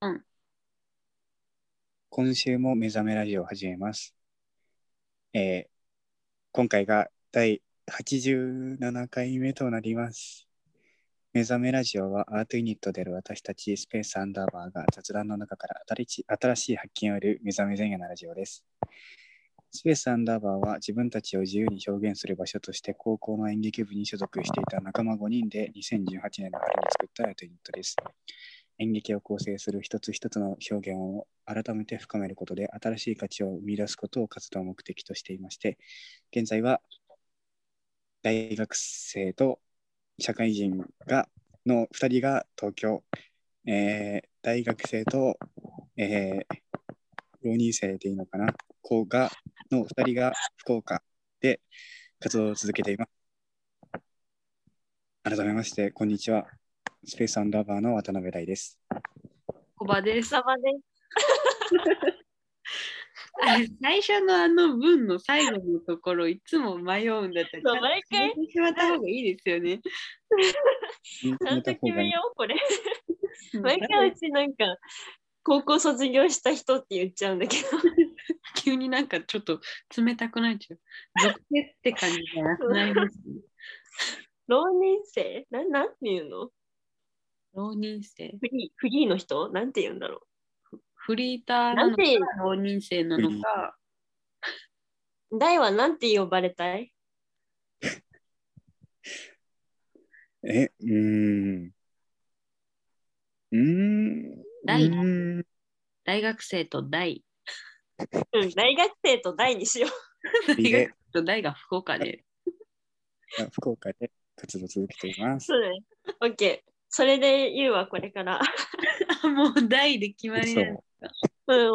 うん今週も目覚めラジオを始めます。えー今回が第87回目となります。目覚めラジオはアートユニットである私たちスペースアンダーバーが雑談の中から新しい新しい発見を得る目覚め前夜のラジオです。スペースアンダーバーは自分たちを自由に表現する場所として高校の演劇部に所属していた仲間5人で2018年の春に作ったアートユニットです。演劇を構成する一つ一つの表現を改めて深めることで新しい価値を生み出すことを活動目的としていまして現在は大学生と社会人がの2人が東京、えー大学生と、えー浪人生でいいのかな子がの2人が福岡で活動を続けています改めましてこんにちはスペースアンダーバーの渡辺大ですコバです。様であれ 最初のあの文の最後のところいつも迷うんだったらそう毎回決めてしまった方がいいですよね。ちゃんと決めようこれ。毎な回んうちなんか高校卒業した人って言っちゃうんだけど、か急になんかちょっと冷たくなっちゃう。属性って感じじ ゃなくなりますね。浪人生ななんて言うの浪人生。フリーフリーの人なんて言うんだろフリーターうななのんかて、浪人生なのか、大はなんて呼ばれたいえ、うーん。うーん。大うーん大学生と大。うん、大学生と大にしよい大い学ね生と大が福岡で。 あ福岡で活動続けていまう。す。そうだね。オッケー。それで言うわ、これから。あもう大で決まりそなうの。うん、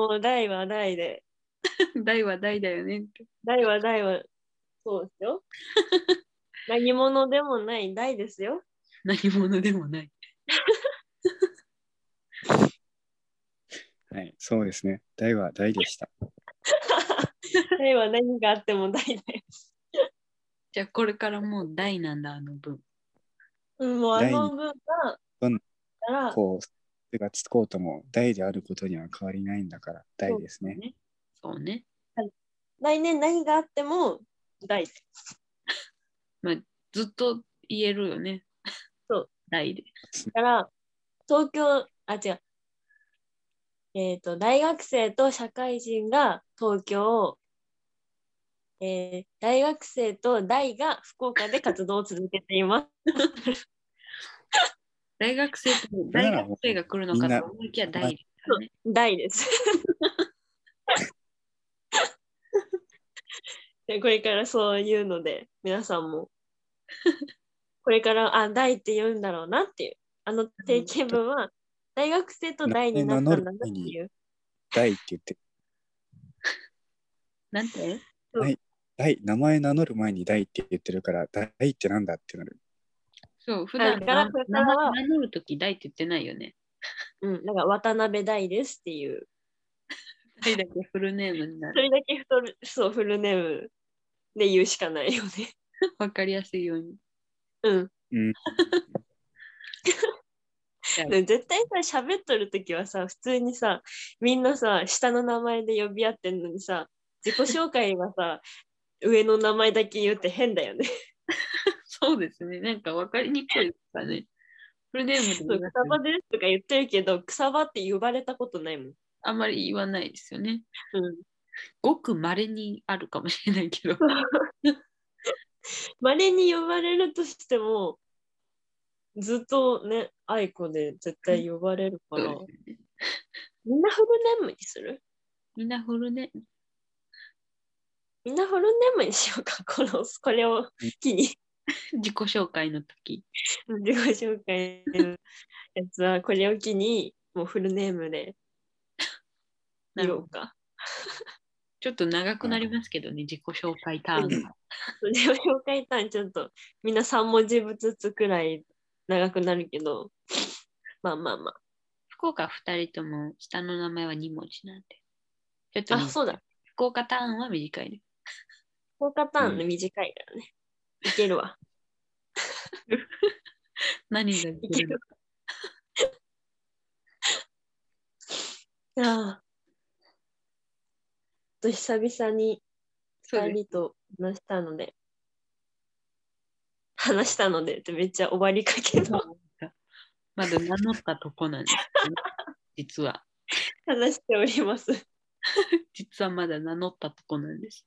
もう大は大で。大は大だよねって。大は大は、そうです よ。何者でもない大ですよ。何者でもない。はい、そうですね。大は大でした。大は何があっても大だよ。じゃあこれからもう大なんだ、あの文。うん、もうあ第の分が、どんからこう、手がつこうとも大であることには変わりないんだから、大ですね。そうね。来年何があっても大ずっと言えるよね。そう。大で。から、東京、あ、違う。えっ、と、大学生と社会人が東京、えー大学生と大が福岡で活動を続けています。大学生と大学生が来るのかと思いきや大ですからね。大です。でこれからそういうので、皆さんも、これから、あ、大って言うんだろうなっていう、あの定型文は、大学生と大になったんだなっていう。大って言って、なんて大、名前名乗る前に大って言ってるから、大ってなんだってなる。そう、普段だからなこれか名ら前は名乗るとき大って言ってないよね。うん、なんか渡辺大ですっていう。大だけフルネームになそる。れだけ太る、そう、フルネームで言うしかないよね。わかりやすいように。うん。うん。で絶対さ、喋っとるときはさ、普通にさ、みんなさ、下の名前で呼び合ってんのにさ、自己紹介はさ、 上の名前だけ言うって変だよね。そうですね。なんかわかりにくいですかね。フルネームでそう言います草場ですとか言ってるけど、草場って呼ばれたことないもん。あんまり言わないですよね。うん。ごく稀にあるかもしれないけど。まれに呼ばれるとしても、ずっとね、愛子で絶対呼ばれるから、そうですねみんなフルネームにするみんなフルネーム。みんなフルネームにしようか、このこれを機に。自己紹介の時自己紹介のやつは、これを機に、もうフルネームで言おうか。ちょっと長くなりますけどね、自己紹介ターンが。自己紹介単位ちょっと、みんな3文字ずつくらい長くなるけど、まあまあま福岡2人とも下の名前は2文字なんで。ちあ。ょっとあ、ねそうだ。福岡ターンは短いで効果ターンの短いからね。いけるわ。す。何がいいけけるるいやーちょっと久々にそう2です。人と話したので話したのでってめっちゃ終わりかけ のまだ名乗ったとこなんですけど、実は。話しております実はまだ名乗ったとこなんです。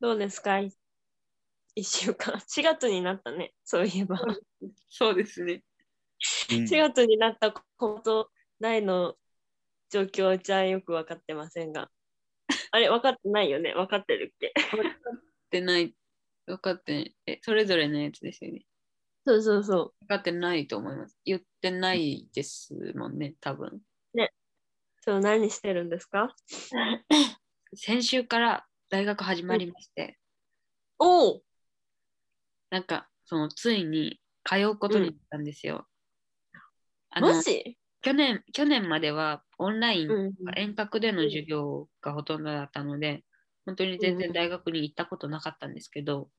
どうですか1週間4月 になったねそういえば そうですうね。ん4月になったことないの状況じゃよく分かってません があれ分かってないよね分かってるっけ分かってない。分かってない。え、それぞれのやつですよね。そうそうそ分かってないと思います。言ってないですもんね、多分。うそう何してるんですか先週から大学始まりまして、おおなんか、その、ついに通うことになったんですよ。あのマジ去年、去年まではオンラインうん遠隔での授業がほとんどだったので、本当にう全んう然ん大学に行ったことなかったんですけど、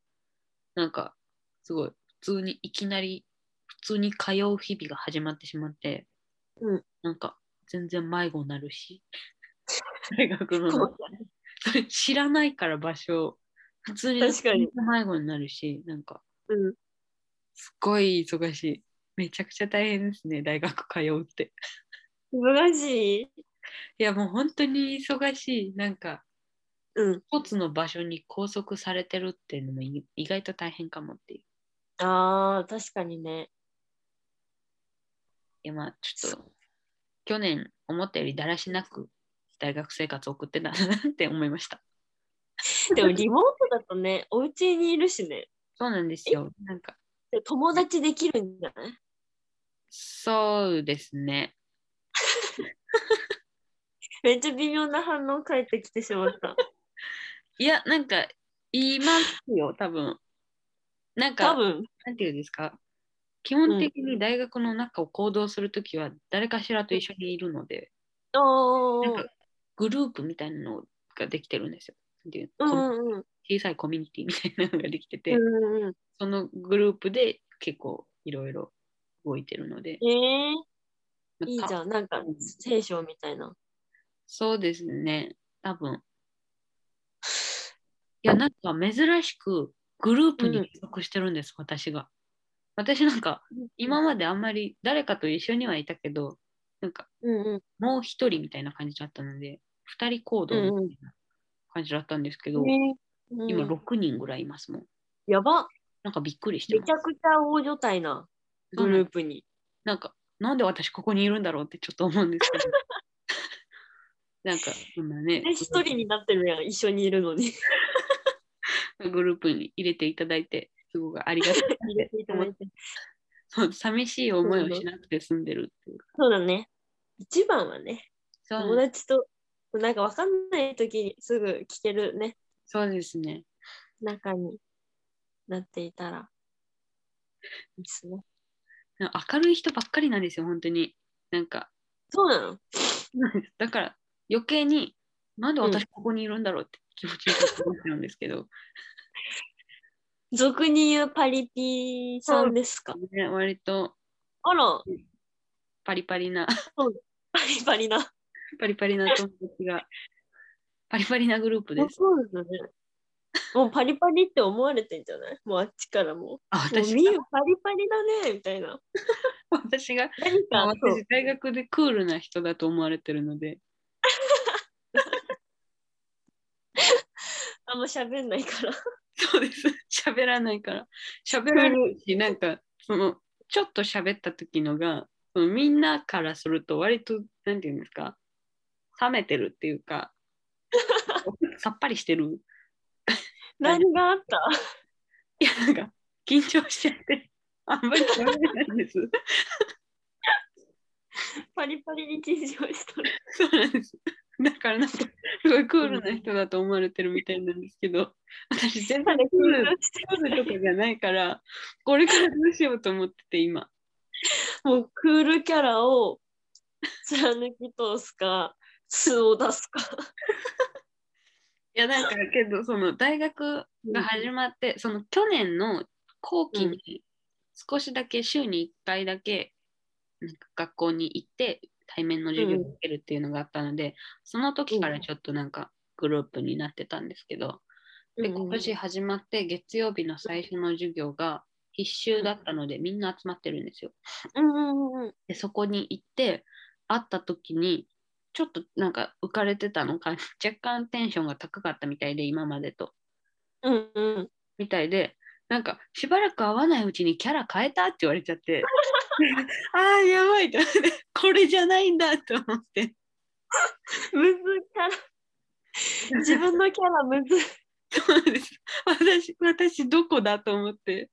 なんかすごい普通にいきなり普通に通う日々が始まってしまって、うんなんか全然迷子になる し大学のそ中うそれ知らないから場所普通に確かに迷子になるしなんかうんすごい忙しいめちゃくちゃ大変ですね大学通うって忙しいいやもう本当に忙しいなんかうん一つの場所に拘束されてるっていうのもい意外と大変かもっていう。あー確かに ねいやまあちょっと去年思ったよりだらしなく大学生活を送ってたなって思いました。で もリモートだとねお家にいるしねそうなんですよ。なんかで友達できるんじゃないそうですね。めっちゃ微妙な反応返ってきてしまったいやなんか言いますよ多分。なん多か分なんていうんですか基本的に大学の中を行動するときは誰かしらと一緒にいるので、おなんーかグループみたいなのができてるんですよ。なんていううのコミんうん小さいコミュニティみたいなのができてて、うんうんそのグループで結構いろいろ動いてるので、ええまあいいじたゃん。なんかうん、聖書みたいな。そうですね、多分。いや、なんか珍しくグループに帰属してるんです、私が。私なんか今まであんまり誰かと一緒にはいたけど、なんかうんうん。もう一人みたいな感じだったので、二人行動みたいな感じだったんですけど、ね今うん6人ぐらいいますもん。やばなんかびっくりしてめまちすゃ。くちゃ大所帯なグループに。なんか、なんで私ここにいるんだろうってちょっと思うんです けど。なんか、そんなね、で、一人になってるやん、一緒にいるのに。グループに入れていただいて、すごくありがたい。 入れていただいてそう寂しい思いをしなくて済んでるっていうか。そうだね。一番はね、そ友う達と、なんかわかんない時にすぐ聞けるね、そうですね。中になっていたら。いいっすね。なんか明るい人ばっかりなんですよ、本当に。なんか、そうなのだから余計に、なんで私ここにいるんだろうって気持ちになっちゃうんですけど、俗に言うパリピさんですか。ね、割とあら、パリパリな、 パリパリな。パリパリな友達が、パリパリなグループです。そうですね。もうパリパリって思われてんじゃないもうあっちからも。あ、もう私みがゆパリパリだねみたいな。私が何まあかそう私大学でクールな人だと思われてるので あんま喋んない から。そうです喋らないから喋らないしなんかそのちょっと喋った時のがそのみんなからすると割となんていうんですか冷めてるっていうか さっぱりしてる何があったいやなんか緊張しちゃってあんまり喋れないんですパリパリに緊張しと る。そうなんですだからなんかすごいクールな人だと思われてるみたいなんですけど私全た 然だ緊クール張してクールとかじゃないから、これからどうしようと思ってて、今。もうクールキャラを貫き通すか、素を出すか。いや、なんか、けど、その大学が始まって、その去年の後期に、少しだけ週に1回だけなんか学校に行って対面の授業を受けるっていうのがあったので、その時からちょっとなんかグループになってたんですけど、で今年始まって月曜日の最初の授業が必修だったのでみんな集まってるんですよ。うんうんうんうん。でそこに行って会った時にちょっとなんか浮かれてたのか 若干テンションが高かったみたいで今までとうんうん。みたいでなんかしばらく会わないうちにキャラ変えたって言われちゃってあーやばいと 思ってこれじゃないんだと思ってむずキ ャラ。自分のキャラむずい。そうです 私私どこだと思って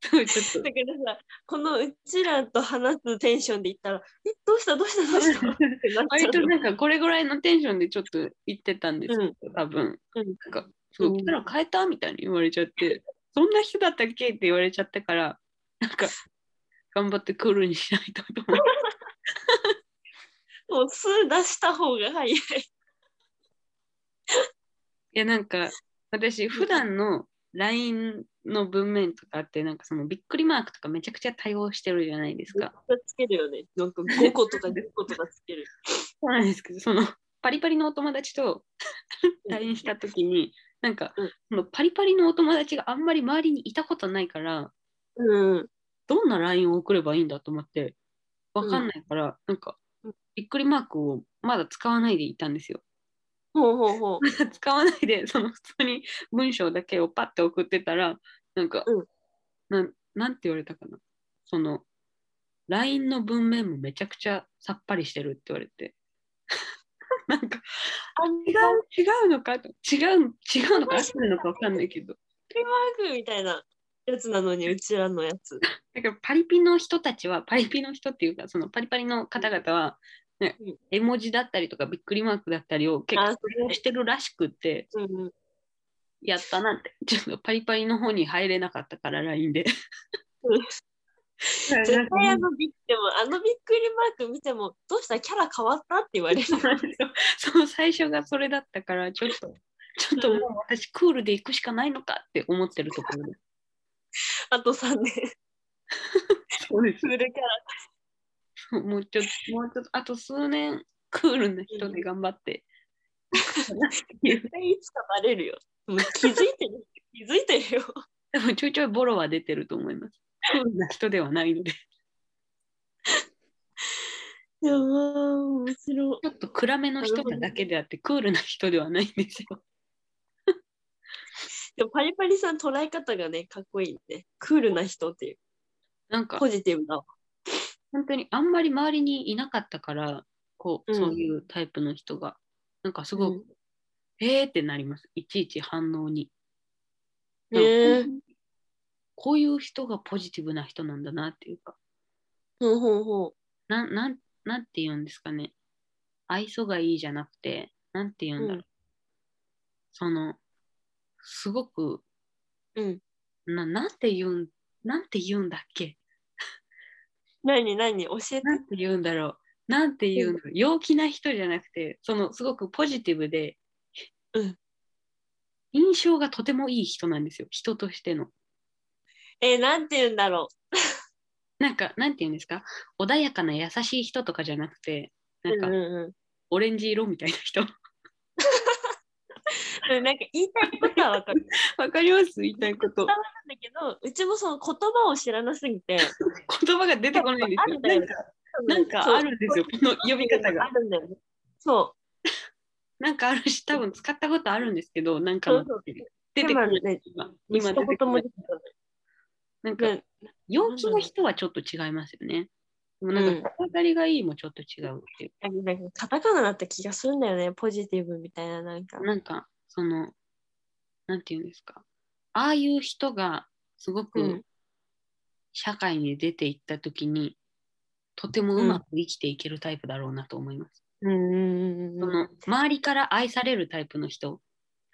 そうちょ っだけどさ、このうちらと話すテンションで言ったら、え、どうしたどうしたどうしたっとて なっちゃ割となんかこれぐらいのテンションでちょっと言ってたんですよ、多分。うなんか、そうう、んキャラ変えたみたいに言われちゃって、そんな人だったっけって言われちゃったから、なんか、頑張ってクールにしないとと 思って。もう数出した方が早い。いや、なんか、私、普段の LINE の文面とかって、なんかそのびっくりマークとかめちゃくちゃ対応してるじゃないですか。つけるよね。なんか5個とか10個とかつける。そうなんですけど、そのパリパリのお友達と LINE した時に、なんかうん、そのパリパリのお友達があんまり周りにいたことないから、うん。どんな LINE を送ればいいんだと思って、わかんないから、なんかうん、びっくりマークをまだ使わないでいたんですよ。 ほうほうほう。使わないで、その普通に文章だけをパッて送ってたら、なんか、うんなん、なんて言われたかな。その、LINE の文面もめちゃくちゃさっぱりしてるって言われて。 なんか、あん違なう、違うのかと違う、違うのか合ってるのかわかんないけど。マークみたいなやつなのに、うちらのやつ。だからパリピの人たちはパリピの人っていうかそのパリパリの方々は、ねうん絵文字だったりとかびっくりマークだったりを結あ構それしてるらしくってうん、やったなってちょっとパリパリの方に入れなかったから LINE で。うんだからな絶んか対あのビッでもあのびっくりマーク見てもどうしたキャラ変わったって言われるその最初がそれだったからちょっとちょっともう私クールで行くしかないのかって思ってるところです。 あと3年そうですフルキャラもうちょっと、もうちょっと、あと数年、クールな人で頑張って。絶対いつかバレるよもう気づいてる 気づいてるよで もちょいちょいボロは出てると思います。クールな人ではないので。ちいやー面白いょっと暗めの人なだけであって、クールな人ではないんですよ。でもパリパリさん捉え方がねかっこいいねクールな人っていうなんかポ、ジティブだわ本当にあんまり周りにいなかったから、こう、うんそういうタイプの人が。なんかすごく、えーってなります。いちいち反応に。ねえこういう人がポジティブな人なんだなっていうか。ほうほうほうなん、なん、なんて言うんですかね。愛想がいいじゃなくて、なんて言うんだろう。うんその、すごく、うんな、なんて言うん、なんて言うんだっけ何何教えてなんて言うんだろう。なんて言うんだろう。陽気な人じゃなくて、その、すごくポジティブで、うん印象がとてもいい人なんですよ。人としての。えー、なんて言うんだろなんか、なんて言うんですか穏やかな優しい人とかじゃなくて、うなんか、うんうんうんオレンジ色みたいな人。 うん、なんか言いたいことは分かるわかります言いたいこと。んだけど うちもその言葉を知らなすぎて言葉が出てこないんですよ。あるんだよなんかなんかあるんですよ、この呼び方があ。るんだよね。そなんかあるし、多分使ったことあるんですけど、なんかそもうそう出てこないでもね。今、う。今一出言てこなもい出てこなんかない。、ね陽気な人はちょっと違いますよね。でもなうんんか、当たりがいいもちょっと違うっていうなんかカタカナだった気がするんだよね。ポジティブみたいな、なんかか、。なんか、その、なんていうんですか。ああいう人が、すごうくん社会に出ていったときに、とてもうまく生きていけるタイプだろうなと思います。うんうんうんそうん。の周りから愛されるタイプの人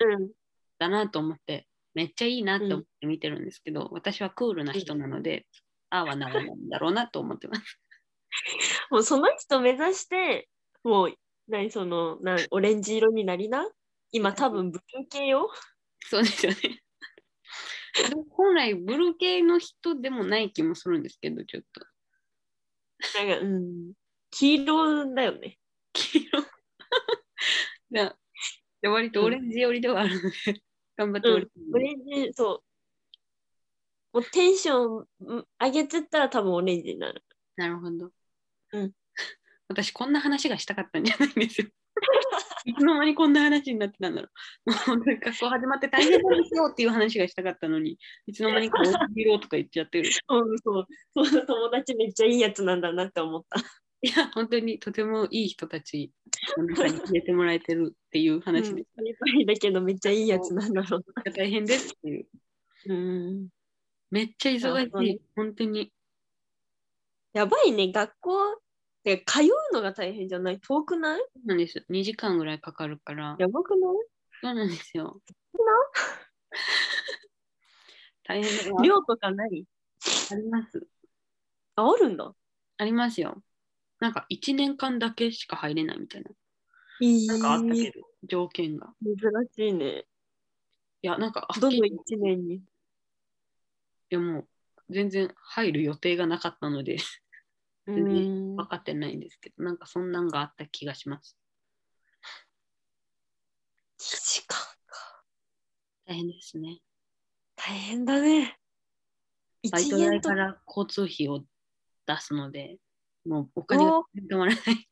うんだなと思ってめっちゃいいなって思って見てるんですけど、私はクールな人なので、ああはならないんだろうなと思ってます。もうその人目指して、もう、何その、なんオレンジ色になりな。今多分ブルー系よ。そうですよね。本来ブルー系の人でもない気もするんですけど、ちょっと。なんか、うん。黄色だよね。黄色。なで割とオレンジ寄りではあるので、頑張ってオレンジオレンジ、そう。もうテンションうん上げてったら多分オレンジになる。なるほど。うん。私、こんな話がしたかったんじゃないんですよ。いつの間にこんな話になってたんだろう。もうなんか学校始まって大変なんですよっていう話がしたかったのに、いつの間にかお黄色とか言っちゃってる。うん、そう。その友達めっちゃいいやつなんだなって思った。いや、本当にとてもいい人たちの中に入れてもらえてるっていううん、話で、パリパリだけどめっちゃいいやつなんだろう大変ですっていう。な。うん。めっちゃ忙そうしねい。本当に。やばいね、学校って通うのが大変じゃない遠くないそうなんですよ。2時間ぐらいかかるから。やばくないそうなんですよ。 大変だ寮とかないあります。あ、おるんだ。ありますよ。なんか1年間だけしか入れないみたいな。いいなんかあったけど、条件が。珍しいね。いや、なんか、あどのい1年に。やもう、全然入る予定がなかったので、 う全然ん。分かってないんですけど、なんかそんなんがあった気がします。時間か。大変ですね。大変だね。バイ1ト円代とかから交通費を出すので、もうお金が止まらない。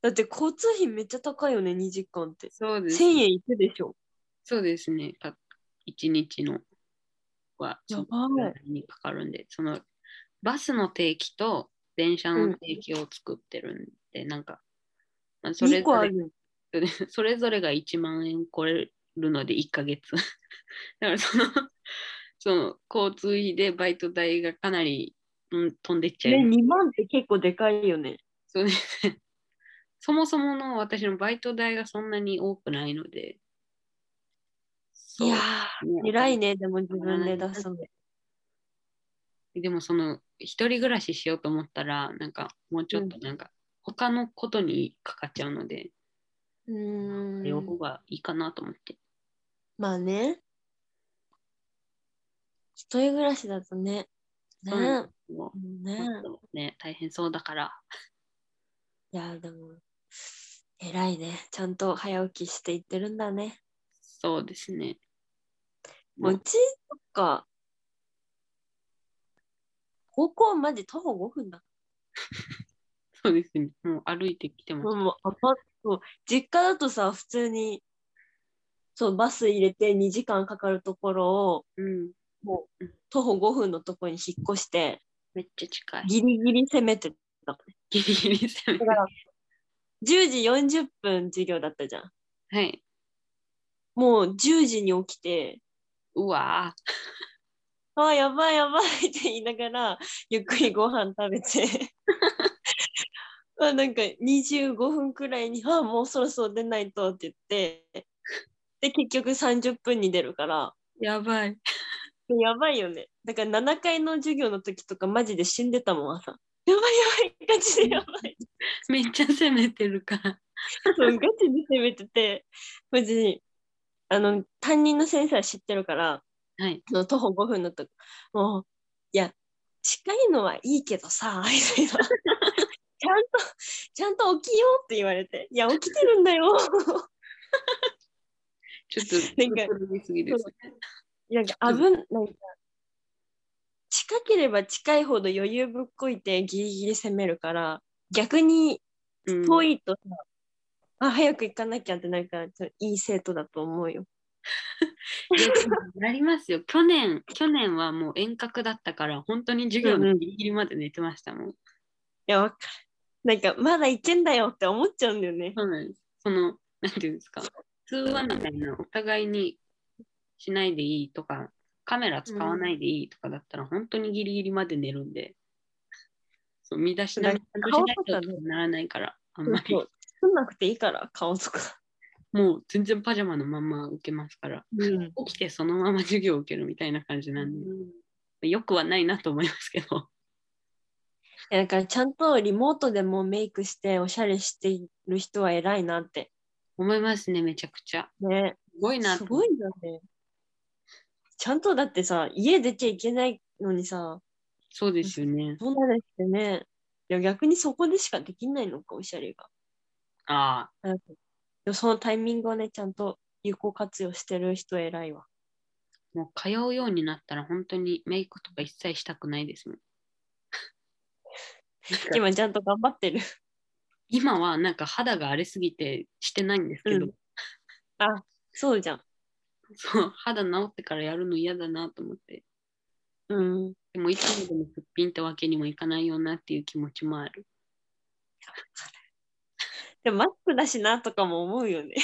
だって交通費めっちゃ高いよね、2時間って。そうで1000す。円いくでしょ。そうですね。か一日のは、やそばいのぐらいにかかるんで、そのバスの定期と電車の定期を作ってるんで、なんか、まあ、それ2個ぞあれる。 それぞれが1万円超えるので1ヶ月。 だからその、 その交通費でバイト代がかなり、うん、飛んでっちゃね、う。 2万って結構でかいよね。そうですね。そもそもの私のバイト代がそんなに多くないので。そいうやー、偉いね。ね、でも自分で出すの。でもその一人暮らししようと思ったら、なんかもうちょっとなんか他のことにかかっちゃうので、うー両ん。方がいいかなと思って。まあね。一人暮らしだとね。ね。そうなんですよねもっとね、大変そうだから。いや、でも、偉いね。ちゃんと早起きしていってるんだね。そうですね。もうううちとか、高校まで徒歩5分だ。そうですね。もう歩いてきてます。もう、アパート、実家だとさ、普通に、そう、バス入れて2時間かかるところを、うん。もう、徒歩5分のところに引っ越して、めっちゃ近い。ギリギリ攻めてたもんね。ギリギリ攻めだてから、10時40分授業だったじゃん。 はい。もう10時に起きて、うわぁ。あーやばいやばいって言いながら、ゆっくりご飯食べて、あなんか25分くらいに、あーもうそろそろ出ないとって言って、で、結局30分に出るから、やばい。 やばいよね。だから7階の授業の時とかマジで死んでたもん、朝。やばいやばい、ガチでやばい。めっちゃ攻めてるから。そうガチで攻めてて、マジに、あの、担任の先生は知ってるから、はい。その徒歩5分のとこ、もう、いや、近いのはいいけどさ、みたい な。ちゃんと、ちゃんと起きようって言われて、いや、起きてるんだよ。ちょっと、なんか狂いすぎですね。なんか、危ん、なんか、近ければ近いほど余裕ぶっこいてギリギリ攻めるから、逆にうん遠いとさ、あ、早く行かなきゃってなんか、ちょっといい生徒だと思うよ。いやでも なりますよ。去年、去年はもう遠隔だったから、本当に授業のギリギリまで寝てましたもん。いや、わかる。なんか、まだいけんだよって思っちゃうんだよね。そうなんです。その、なんていうんですか、通話みたいな、お互いにしないでいいとか、カメラ使わないでいいとかだったら、本当にギリギリまで寝るんで、そう、身だしなみちゃんとしないととかならないから、あんまりそ、う作んなくていいから、顔とか。もう全然パジャマのまま受けますから、うん。起きてそのまま授業を受けるみたいな感じなんで、よくはないなと思いますけど、だから、ちゃんとリモートでもメイクして、おしゃれしている人は偉いなって。思いますね、めちゃくちゃ。ね。すごいなすとごいよね。ちゃんとだってさ、家出ちゃいけないのにさ、そうですよね。そうなんですよね。いや、逆にそこでしかできないのか、おしゃれが。ああ、うんでもそのタイミングをね、ちゃんと有効活用してる人偉いわ。もう通うようになったら本当にメイクとか一切したくないですもん。なんか今ちゃんと頑張ってる。 今はなんか肌が荒れすぎてしてないんですけど、うんそうじゃん。そう肌治ってからやるの嫌だなと思って。うん。でもいつまでもすっぴんってわけにもいかないよなっていう気持ちもある。でもマスクだしなとかも思うよね。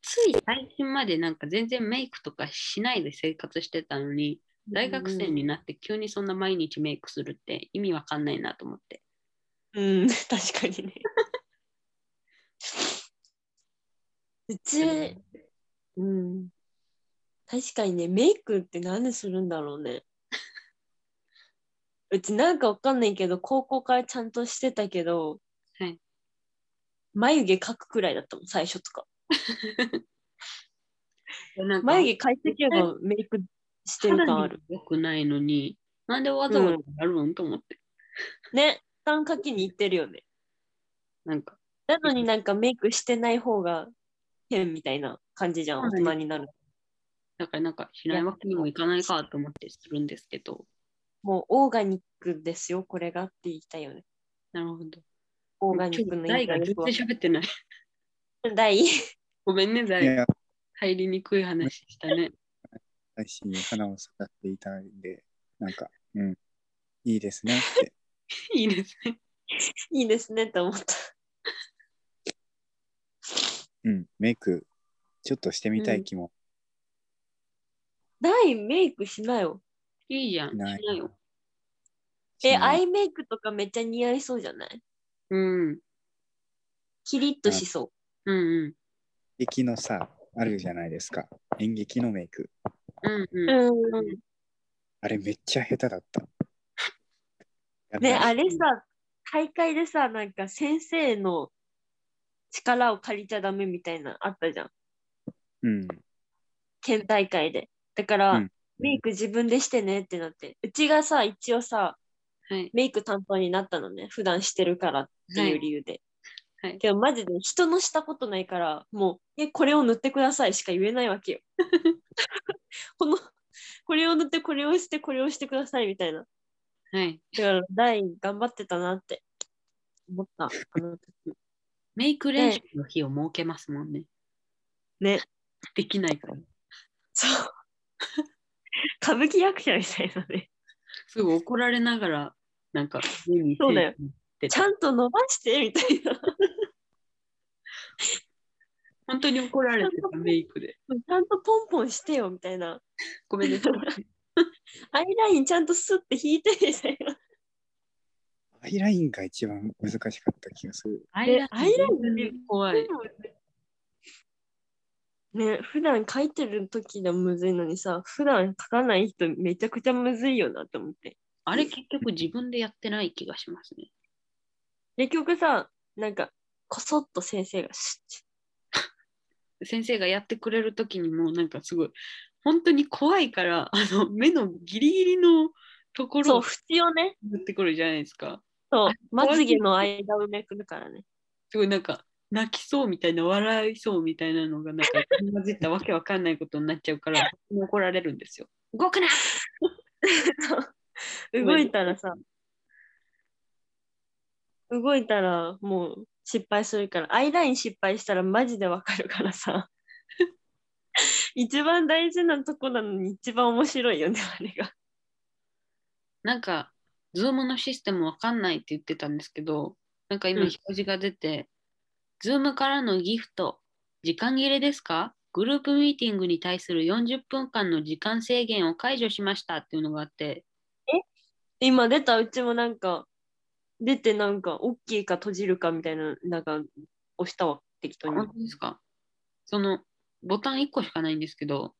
つい最近までなんか全然メイクとかしないで生活してたのに、 大学生になって急にそんな毎日メイクするって意味わかんないなと思って。うん、確かにね。 うち、うん。確かにね、メイクって何でするんだろうね。 うちなんかわかんないけど、高校からちゃんとしてたけど、はい眉毛描くくらいだったもん、最初とか。なんか眉毛描いてけばメイクしてる感ある。良くないのに、なんでわざわざやるんと思って。ね、負担かきに行ってるよね。なんか、なのになんかメイクしてない方が変みたいな感じじゃん、そう大な人んですになる。だからなんかしないわけにもいかないかと思ってするんですけど。もうオーガニックですよ、これがって言いたいよね。なるほど。オーガニックの台がよ全くわ然喋ってない。大ごめんね、い台。や、入りにくい話した ね。私に花を咲かせていただいて、なんか、うん、いいですねって。いいですね。いいですねって思った。うん、メイク、ちょっとしてみたい気も。大メイクしなよ。いいじゃん。しなないよ。しえ、なアいイメイクとかめっちゃ似合いそうじゃないうん。キリッとしそうんうん。演劇のさ、あるじゃないですか。演劇のメイク。うんう。うん。うあれめっちゃ下手だ った。やっぱん。りね、あれさ、大会でさ、なんか先生の力を借りちゃダメみたいなあったじゃん。うん。県大会で。だから、うんメイク自分でしてねってなって。うちがさ、一応さ、はい。メイク担当になったのね。普段してるからっていう理由で。はいはいけどマジで人のしたことないから、もう、え、これを塗ってくださいしか言えないわ けよ。この、これを塗って、これをして、これをしてくださいみたいな。はい。だから、大頑張ってたなって思った。あの 時メイク練習の日を設けますもんね。ね。できないから。そう。歌舞伎役者みたいなね。すぐ怒られながら、なんか、目にそうだよ手を振ってちゃんと伸ばしてみたいな。本当に怒られて た、メイクで。ちゃんとポンポンしてよみたいな。ごめんなさい。アイラインちゃんとスッて引いてみたいな。アイラインが一番難しかった気がする。アえアイライン全然怖い。ね、普段書いてる時でもむずいのにさ、普段書かない人めちゃくちゃむずいよなって思って。あれ結局自分でやってない気がしますね。結局さ、なんか、こそっと先生がシュッ先生がやってくれる時にもうなんかすごい本当に怖いからあの目のギリギリのところそう、を縁をね、塗ってくるじゃないですか。そう、ま怖いつげの間埋めくるからね。すごいなんか泣きそうみたいな笑いそうみたいなのがなんか混じったわけわかんないことになっちゃうから怒られるんですよ。動くな動いたらさ、動いたらもう失敗するから、アイライン失敗したらマジでわかるからさ。 一番大事なとこなのに一番面白いよね、あれが。なんか Zoom のシステムわかんないって言ってたんですけどなんか今うん表示が出て、Zoom からのギフト時間切れですかグループミーティングに対する40分間の時間制限を解除しましたっていうのがあって今出たうちもなんか、出てなんか、大きいか閉じるかみたいな、なんか、押したわ、適当に。本当ですかそのボタン1個しかないんですけど、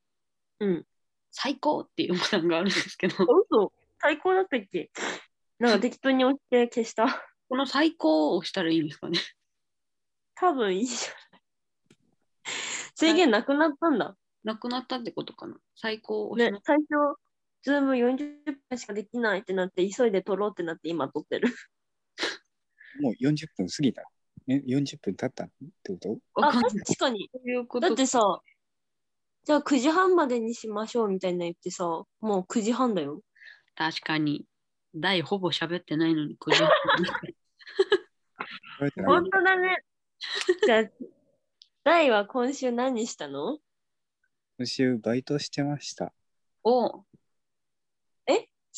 うん、最高っていうボタンがあるんですけど あ嘘最高だったっけなんか適当に押して消した。この最高を押したらいいんですかね 多分いいじゃない。制限なくなったんだ。なくなったってことかな最高おしねまい、最初、ズーム40分しかできないってなって、急いで撮ろうってなって、今撮ってる。もう40分過ぎた。え、40分経ったってことわあ、かんない確かに。そういうことだってさ、じゃあ9時半までにしましょうみたいな言ってさ、もう9時半だよ。確かに大ほぼ喋ってないのにこれ覚えてない本当だね。 じゃあ、大は今週何したの今週バイトしてました。お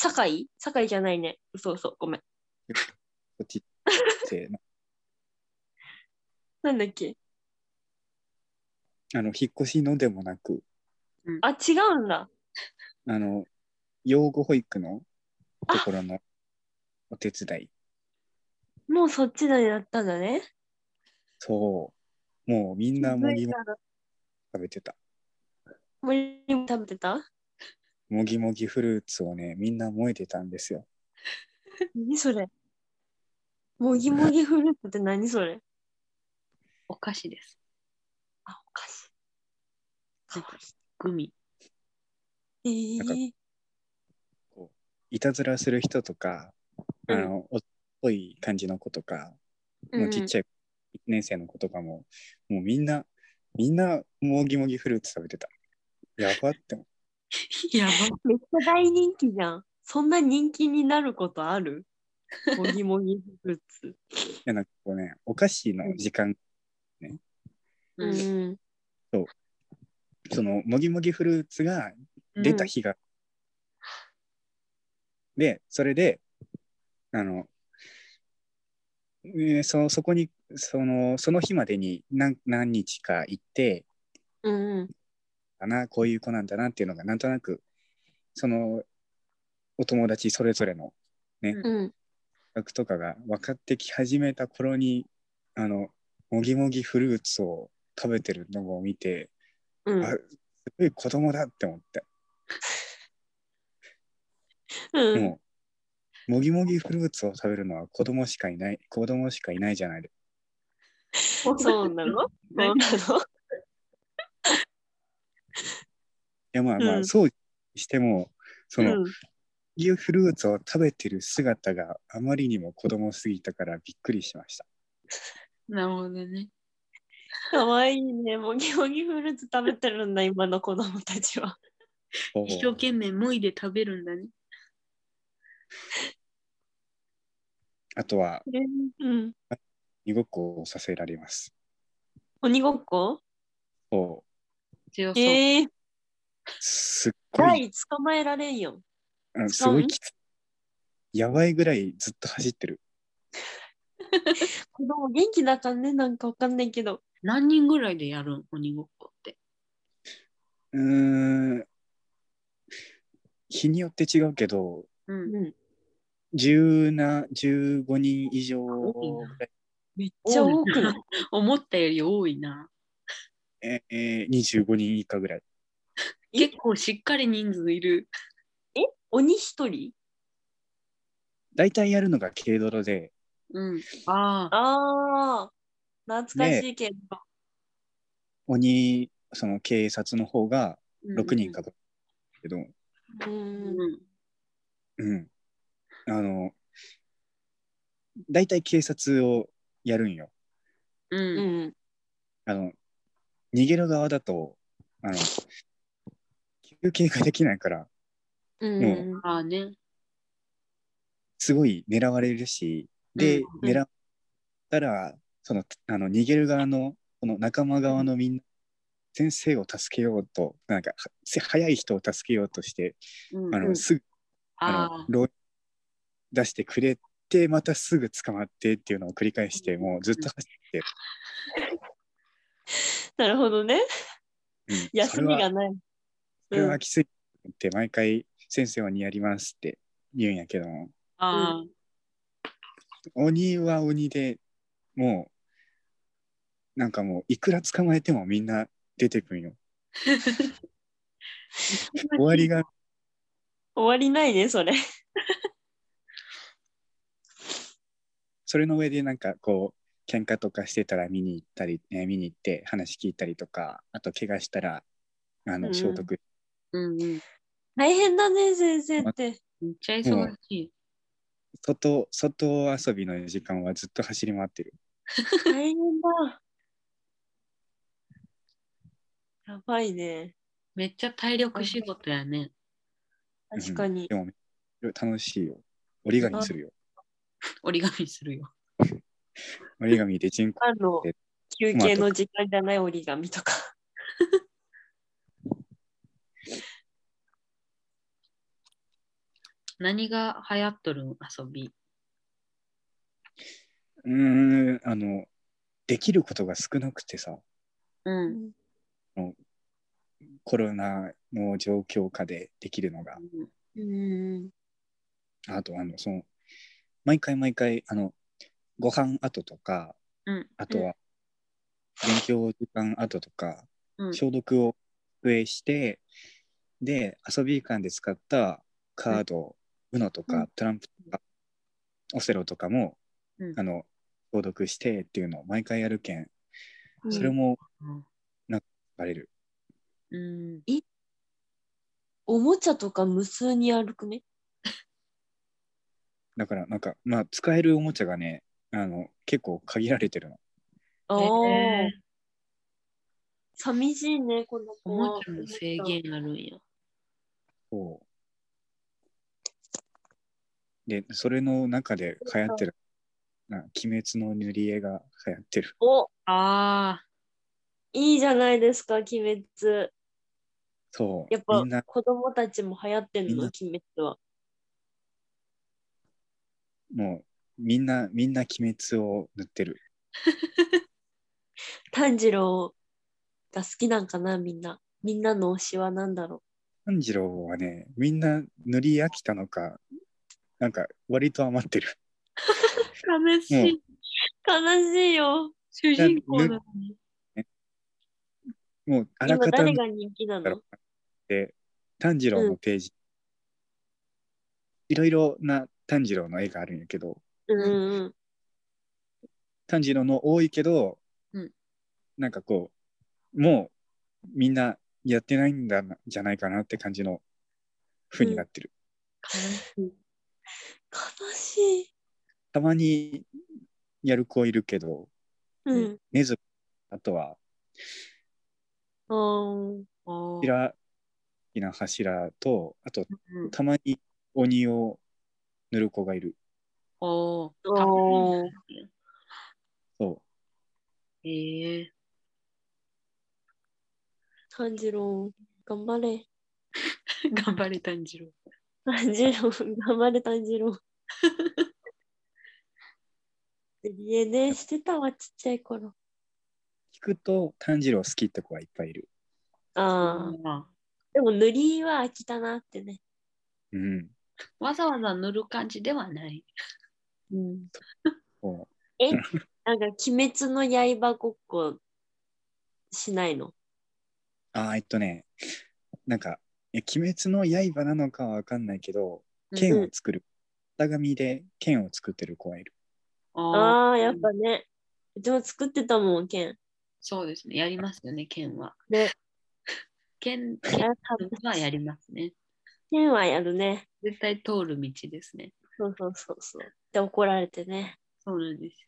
堺堺じゃないね。嘘嘘、ごめん。こっちって、 なんだっけあの、引っ越しのでもなく、あ、違うんだ。あの、養護保育のところのお手伝い。もうそっちのになったんだね。そう。もうみんなもぎもぎ食べてた。もりも食べてたもぎもぎフルーツをね、みんな萌えてたんですよ。何それもぎもぎフルーツって何それお菓子ですあ、お菓子。かわグミいい。えなんかー、いたずらする人とか、あの、おっぽい感じの子とか、もうちっちゃい1年生の子とかも、もうみんな、みんなもぎもぎフルーツ食べてた。やばって思う。やばめっちゃ大人気じゃん。そんな人気になることあ るもぎもぎフルーツ。いや、なんかこうね、お菓子の時間、うんん。その、もぎもぎフルーツが出た日が、で、それで、あの、えーそそこにそのその日までに何何日か行ってうんうん。だなこういう子なんだなっていうのがなんとなくそのお友達それぞれのうん。学とかが分かってき始めた頃にあのもぎもぎフルーツを食べてるのを見て、うん。あすごい子供だって思って、うんもうもぎもぎフルーツを食べるのは子供しかいない子供しかいないじゃないでそうなのそう なのいやまあまあ、うんそうしてもその、うんもぎフルーツを食べてる姿があまりにも子供すぎたからびっくりしましたなるほどねかわいいね。もぎもぎフルーツ食べてるんだ、今の子供たちは。一生懸命もいで食べるんだねあとはうん。鬼ごっこをさせられます鬼ごっこそ強そう、ええー、うすっごい大捕まえられんよ。あの使すうごいきつい。やばいぐらいずっと走ってる。子供元気だからね、なんかわかんないけど。何人ぐらいでやるん鬼ごっこってうーん。日によって違うけど、うんうん。 10な15人以上多いなぐらい、めっちゃ多くない思ったより多いなええー、25人以下ぐらい。え結構しっかり人数いる鬼一人大体やるのが軽泥で、うんああああ、懐かしいけど。鬼、その警察の方が6人かと。けど、ううんんう。んうん。あの、大体警察をやるんよ。う、うんん。あの、逃げる側だと、あの、休憩ができないから、うん。ああねすごい狙われるし、で、うん狙ったら、その、あの、逃げる側の、この仲間側のみんな、先生を助けようと、なんか、はせ早い人を助けようとして、うんああの、すぐ、あのあ、牢出してくれて、またすぐ捕まってっていうのを繰り返して、もうずっと走ってる、なるほどうね。ん休みがそなれい。は、それうはんきついって、毎回、先生はにやりますって言うんやけども、ああ鬼は鬼でもうなんかもういくら捕まえてもみんな出てくんよ終わりが終わりないね、それ。それの上でなんかこう喧嘩とかしてたら見に行ったり、ね、見に行って話聞いたりとかあと怪我したらあうのん消毒、うん うん。大変だね、先生って。めっちゃ忙しい。外外遊びの時間はずっと走り回ってる大変だ。やばいね。めっちゃ体力仕事やね。確かうんにで。も楽しいよ折り紙するよ折り紙するよ。折り紙でチンコあの、休憩の時間じゃない折り紙とか。何が流行っとるん遊び。うーんあのできることが少なくてさうん。コロナの状況下でできるのがうん。あとあのその毎回毎回あのご飯後とかうん。あとは勉強時間後とか、うん。消毒を机してで遊び間で使ったカード、UNO とか、うトランプとかオセロとかも、うんあの消毒してっていうのを毎回やるけんそれもうんバレる、うん。おもちゃとか無数に歩くね。だからなんかまあ使えるおもちゃがねあの結構限られてるのああ、えー寂しいね、このお子は。もちゃの制限あるんや。そうでそれの中で流行ってるな鬼滅の塗り絵が流行ってるおああ。いいじゃないですか、鬼滅。そうやっみんぱな子供たちも流行ってんみんの、な鬼滅は。もうみんなみんな鬼滅を塗ってる炭治郎が好きなんかな、みんな。みんなの推しは何だろ炭治郎はねみんな塗り飽きたのかなんか割と余ってる悲しい。う。悲しいよ。主人公なのに。もうあら今かた塗っ誰が人気なだのろて炭治郎のページ、いろいろな炭治郎の絵があるんやけどうんうん。炭治郎の多いけど、うんなんかこうもうみんなやってないんだなじゃないかなって感じの風になってる、悲しい。たまにやる子いるけどうん。ねずあとはあーおー柱好きな柱とあとうんたまに鬼を塗る子がいるおおーー。そええ。炭治郎、頑張れ。頑張れ炭治郎。炭治郎、 頑張れ炭治郎。 家ね、してたわ、ちっちゃい頃。う聞くと炭治郎好きって子はいっぱいいるああ。あでも塗りは飽きたなってね。うんーわざわざ塗る感じではない。うん、そうえ、なんか鬼滅の刃ごっこしないのあーえっとねなんか「え鬼滅の刃」なのかは分かんないけど剣を作る型紙で剣を作ってる子がいるああ。ああ、やっぱね。うちも作ってたもん、剣。そうですね。やりますよね、剣は。ね 剣いやはやりますね。剣はやるね。絶対通る道ですね。そうそうそうそう。で、怒られてね。そうなんです。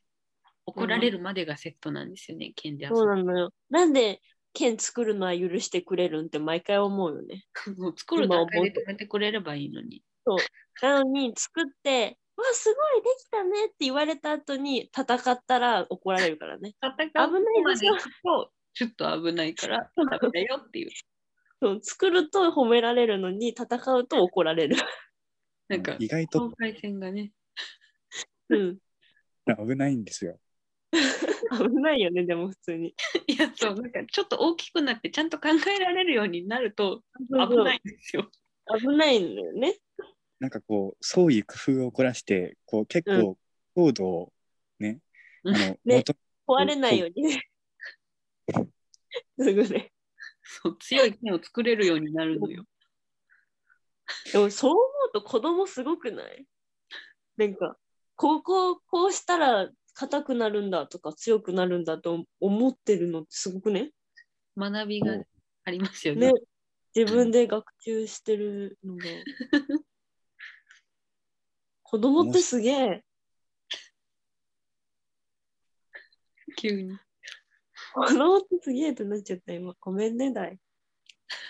怒られるまでがセットなんですよね、剣で遊そうぶ。なのよ。なんで剣作るのは許してくれるんって毎回思うよね。もう作る段階で止めてくれればいいのに。なのに作って、わ、すごいできたねって言われた後に戦ったら怒られるからね。戦う危ないでしょまで行くとちょっと危ないから、ダメだよっていう。そう作ると褒められるのに戦うと怒られる。なんかうん、意外境と界線がね、うん。危ないんですよ危ないよね、でも普通に。いや、そう、なんかちょっと大きくなって、ちゃんと考えられるようになると危ないんですよ。危ないんだよね。なんかこう創意工夫を凝らしてこう結構高度をね、うんあのね求壊れないようにね。すぐね。そう強い剣を作れるようになるのよ。でもそう思うと子供すごくないなんか、こうこう、こうしたら硬くなるんだとか強くなるんだと思ってるのってすごくね学びがありますよねね。自分で学習してるのが。 子供ってすげえ。急に。子供ってすげえってなっちゃった今。ごめんね、だい。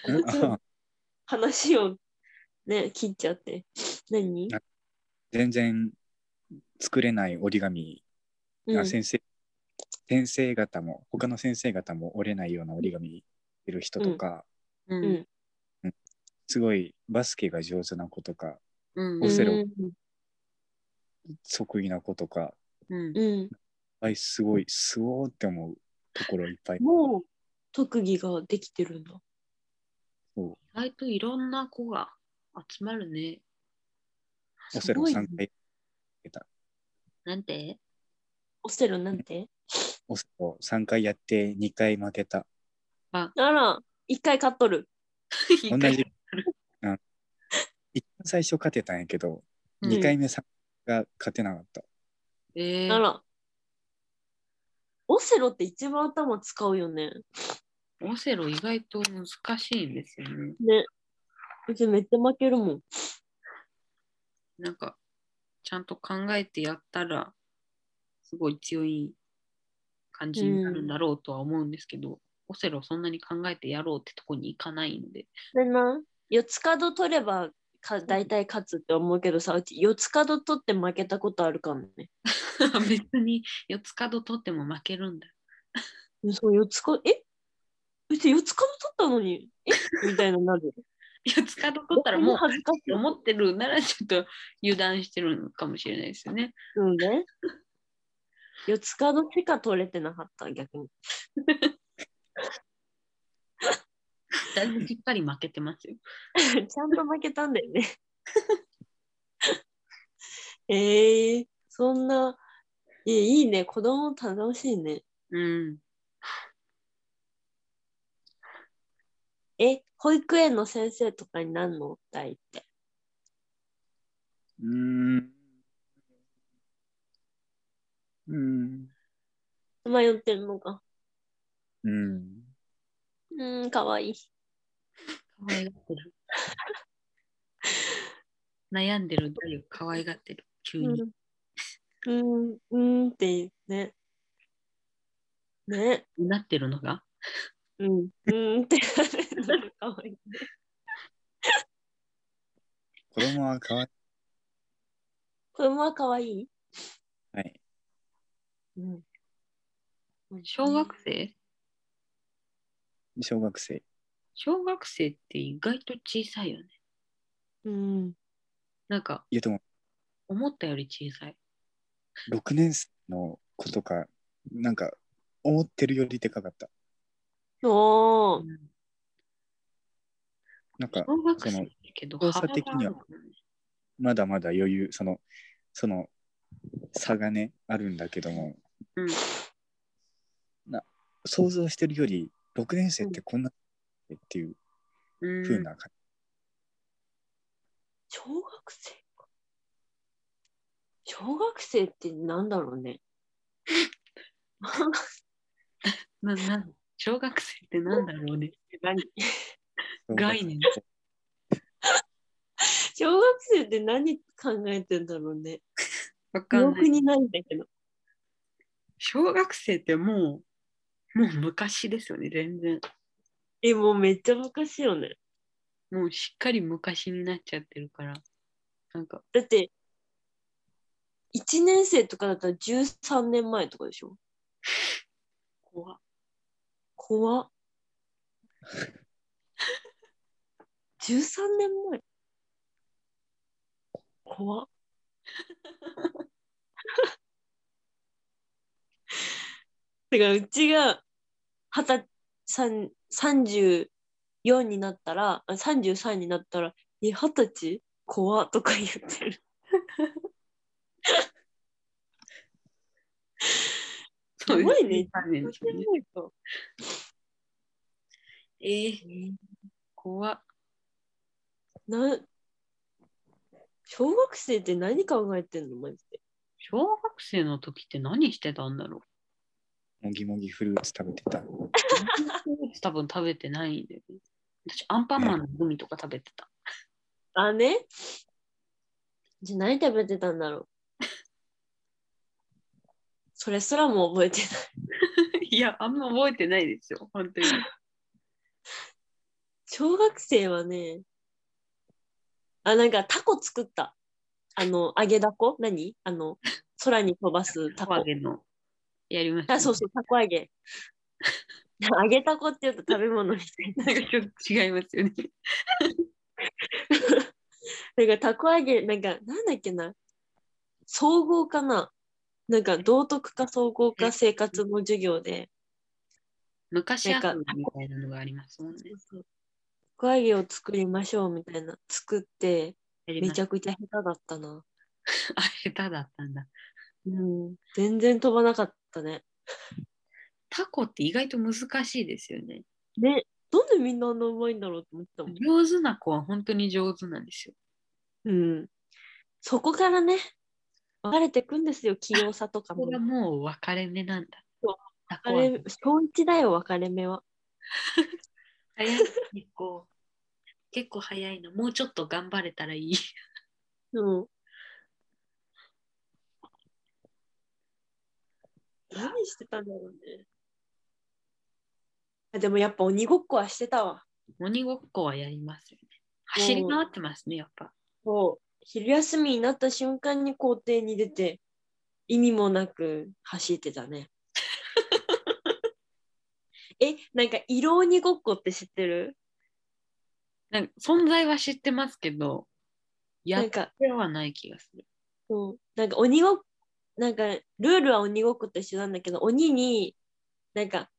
うんあ話をね、切っちゃって。何な全然作れない折り紙うがん、先生、先生方も他の先生方も折れないような折り紙してる人とか、ううんん。すごいバスケが上手な子とかうん。オセロうん得意な子とかうん。うん。あいすごいすごーって思うところいっぱいもう特技ができてるんだ。そう意外といろんな子が集まるね。オセロすごい3ね回なんてオセロなんてオセロ3回やって2回負けたあら、一回勝っとる。 同じ、うん、一番最初勝てたんやけど、うん二2回目3が勝てなかったえあー、ら。オセロって一番頭使うよね。オセロ意外と難しいんですよね。ね。うちめっちゃ負けるもん。なんか、ちゃんと考えてやったら、すごい強い感じになるんだろうとは思うんですけど、オセロそんなに考えてやろうってとこに行かないんで。 でな、四つ角取ればか大体勝つって思うけどさ、うち四つ角取って負けたことあるかもね。別に四つ角取っても負けるんだ。そう、四つ角、えうち四つ角取ったのに、えみたいなな る。四つ角取ったらもう恥ずかしい。思ってるならちょっと油断してるのかもしれないですよね。うんね。四つ角しか取れてなかった、逆に。 だいぶきっぱり負けてますよ。ちゃんと負けたんだよね。 えー、そんな、いやいいね、子供楽しいね。うん。え、保育園の先生とかになんの大って。うーんうん迷ってるのか。うんうーん、かわいい。可愛がってる。悩んでるだよ、可愛がってる。急うんに。、うん、うんっていうね。ね。なってるのが。うん、うんってなるかわいい。子供は変わっ子供はかわい い、はいうん、小学生小学生小学生って意外と小さいよね。うん。なんか、いやでも思ったより小さい。 6年生の子とかなんか思ってるよりでかかったおー、なんか小学そ生のだけど、動作的には幅があるもんねまだまだ余裕そのその差がねあるんだけども、うんな想像してるより6年生ってこんなっていううん風な感小学生か小学生ってなんだろうね。なな小学生ってなんだろうね。何じ、概念。小学生って何考えてんだろうね。わか記んな憶い。にないんだけど。小学生ってもう、もう昔ですよね、全然。え、もうめっちゃ昔よね。もうしっかり昔になっちゃってるから。なんか、だって、1年生とかだったら13年前とかでしょ怖っ怖っ。13年前怖っ。 だからうちが二十歳三34になったらあ33になったら「え二十歳怖っ」とか言ってる。そうですごいね13年ですよねえー、怖っな小学生って何考えてんのマジで。小学生の時って何してたんだろう もぎもぎフルーツ食べてた多分食べてないんだよね。私、アンパンマンのグミとか食べてた。あねじゃあ何食べてたんだろう それすらも覚えてない。 いや、あんま覚えてないですよ、本 当に。小学生はね、あ、なんかタコ作った。あの、揚げだこ何あの、空に飛ば すタタココ。揚げの。やりました、あ、そうそう、たこ揚げ。 揚げたこって言うと食べ物みたい なんかちょっと違いますよね。な。なんかたこ揚げ、なんか、なんだっけな。総合かななんか、道徳か総合か生活の授業で、昔なん遊かびみたいなのがありますもんね。たこ揚げを作りましょうみたいな、作って、やりめましちゃくちゃ下手だったな。た あ、下手だったんだ。うん、全然飛ばなかったね。タコって意外と難しいですよね。ね、なんでみんなあんなうまいんだろうって思ってたもん。上手な子は本当に上手なんですよ。うん。そこからね、分かれてくんですよ、器用さとかこもれ。はもう分かれ目なんだそう。タコあはれ、小一だよ、分かれ目は。早い結構、結構早いの。もうちょっと頑張れたらいい。うん。何してたんだろうね。あでもやっぱ鬼ごっこはしてたわ。鬼ごっこはやりますよね。走り回ってますね、やっぱ。そう。昼休みになった瞬間に校庭に出て、意味もなく走ってた ね。え、なんか色鬼ごっこって知ってるなんか存在は知ってますけど、やなっんか、てはない気がする。そうなんか鬼ごっなんかルールは鬼ごっこと一緒なんだけど、鬼に、なんか、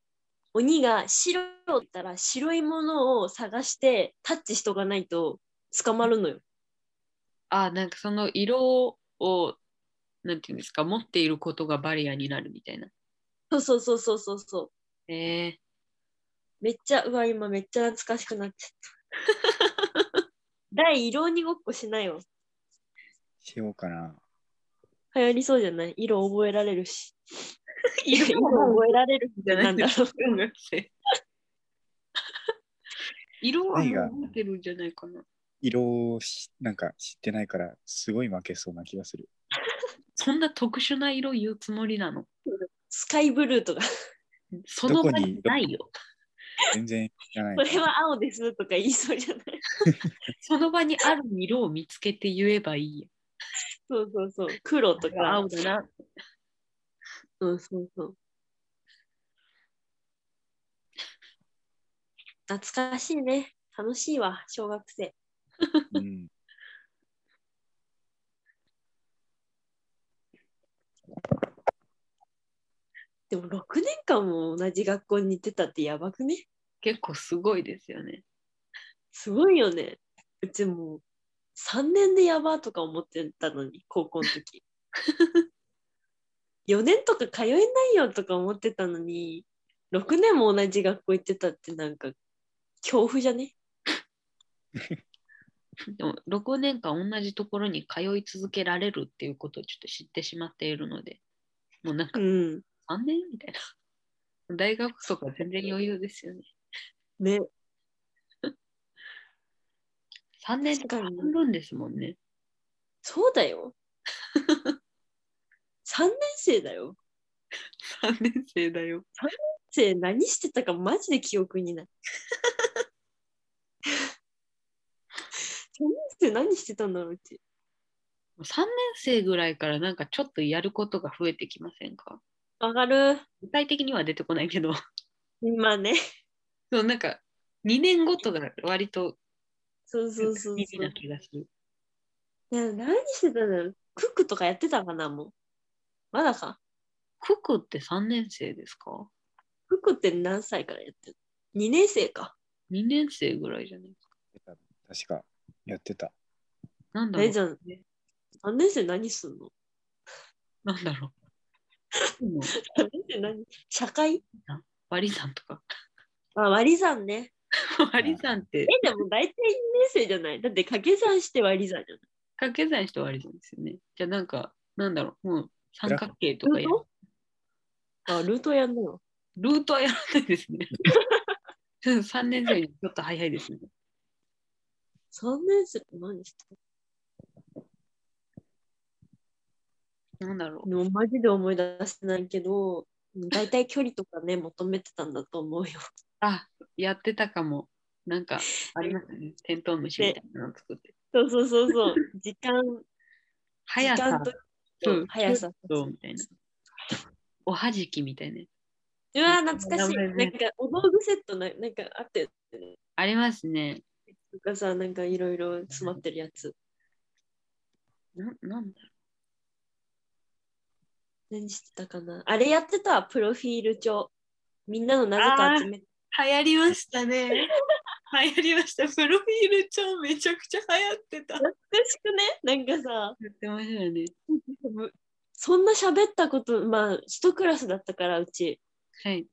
鬼が白って言ったら白いものを探してタッチしとかないと捕まるのよ。ああ、なんかその色を、なんていうんですか、持っていることがバリアになるみたいな。そうそうそうそうそうそう。えー、めっちゃ、うわ、今めっちゃ懐かしくなっちゃ った。第色鬼ごっこしないよ。しようかな。流行りそうじゃない色覚えられる し。色色も覚えられるじゃなないんだでろすか小学生 色はもう覚えてるんじゃないかな。色をしなんか知ってないから、すごい負けそうな気がする。そんな特殊な色言うつもりなの。スカイブルーとか、その場どこににないよ。全然知らないこから。れは青ですとか言いそうじゃないその場にある色を見つけて言えばいいよ。そうそうそう。黒とか青だな。うん、そうそう。懐かしいね。楽しいわ、小学生。うん。でも6年間も同じ学校に行ってたってやばくね結構すごいですよね。すごいよね。うちもう3年でやばとか思ってたのに、高校の時。4年とか通えないよとか思ってたのに、6年も同じ学校行ってたってなんか恐怖じゃねでも6年間同じところに通い続けられるっていうことをちょっと知ってしまっているので、もうなんかうん。 3年みたいな。大学とか全然余裕ですよね。ね。 3年とか確かに半分ですもんね。そうだよ。3年生だよ。 3年生だよ。生何してたかマジで記憶にない。3年生何してたんだろううち。 3年生ぐらいからなんかちょっとやることが増えてきませんかわかる。具体的には出てこないけど、 今ね。そうなんか2年ごとが割とそうそうそう意そ味うな。気がする。いや何してたんだろうクックとかやってたかなもう。まだかククって3年生ですかクックって何歳からやってる ?2 年生か。 ?2 年生ぐらいじゃないですか。確か、やってた。なんだろえうじゃん。3年生何すんのなんだろ う。でも ?3 年生何社会割り算とか。あ、割り算ね。割り算ってえ、でも大体2年生じゃないだって掛け算して割り算じゃない掛け算して割り算ですよね。じゃあなんか、なんだろう。もう三角形とかやルートあ、ルートやんのよ。ルートはやらないですね。 3年生にちょっと早いですね。 3年生って何してなんだろでもマジで思い出せないけど、だいたい距離とかね、求めてたんだと思うよ。う。あ、やってたかも。なんか、ありましたね。テントウムシみたいなの作って。そうそうそうそう。時間、時速さ間とと速さ。そうみたいな。おはじきみたいな。うわー、懐かしい。ダメなねんか、お道具セットな、なんかあって、ありますね。とかさ、なんかいろいろ詰まってるやつ。ななんだろ何してたかなあれやってた、プロフィール帳。みんなの謎と集めて。う。流行りました ね。流行りました。プロフィール帳めちゃくちゃ流行ってた。や懐かしくねなんかさ、ってましたよね。そんな喋ったこと、まあ、一クラスだったから、うち。はい。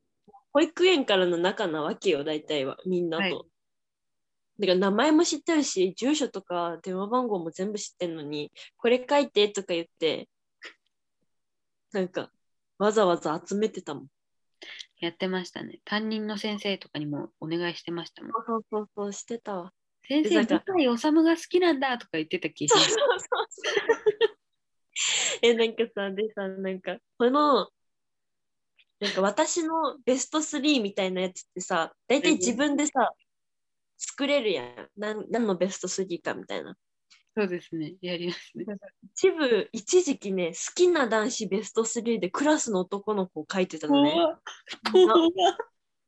保育園からの仲なわけよ、大体は、みんなと。はいだから名前も知ってるし、住所とか電話番号も全部知ってるのに、これ書いてとか言って、なんか、わざわざ集めてたもん。やってましたね。担任の先生とかにもお願いしてましたもん。そうそうそう、してたわ。先でな生、んか舞台おさむが好きなんだとか言ってた気がそうしそうそう。 え、なんかさ、でさ、なんか、この、なんか私のベスト3みたいなやつってさ、大体自分でさ、作れるやん。なん何のベスト3かみたいな。そうですね。やりますね。一部、一時期ね、好きな男子ベスト3でクラスの男の子を書いてたのね。怖怖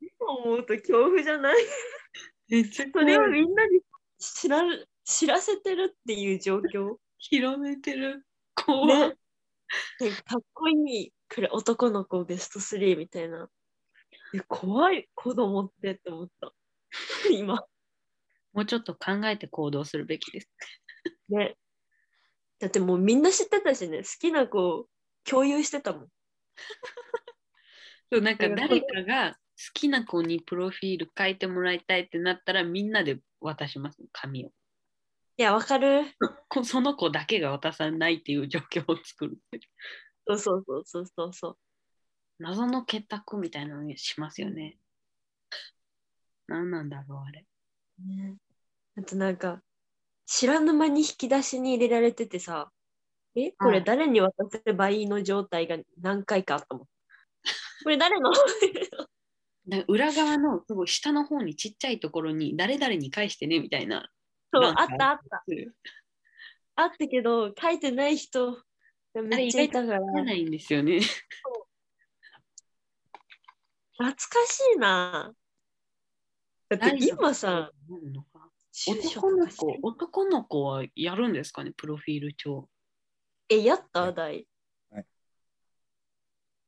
今思うと恐怖じゃないめっちゃそ怖れをい。みんなに知らる知らせてるっていう状況。広めてる。怖ね、なんかかっこいいくらい男の子ベスト3みたいな。いや怖い子供ってって思った。 今。もうちょっと考えて行動するべきです。ね。だってもうみんな知ってたしね、好きな子を共有してたもん。そうなんかいや誰かが好きな子にプロフィール書いてもらいたいってなったらみんなで渡します、紙を。いや、わかる。こその子だけが渡さないっていう状況を作る。そうそうそうそうそうそう。 謎の結託みたいなのにしますよね。何なんだろう、あれ。ね、あとなんか知らぬ間に引き出しに入れられててさえこれ誰に渡せばいいの状態が何回かあったもんこれ誰の だ裏側のすごい下の方にちっちゃいところに誰々に返してねみたいな。そうなんあかったあったあったけど書いてない人がめっちゃいたから見え懐ないんですよ ね。かしいなだって今さなるのか就職男のとか子、男の子はやるんですかね、プロフィール帳。えやった大、はい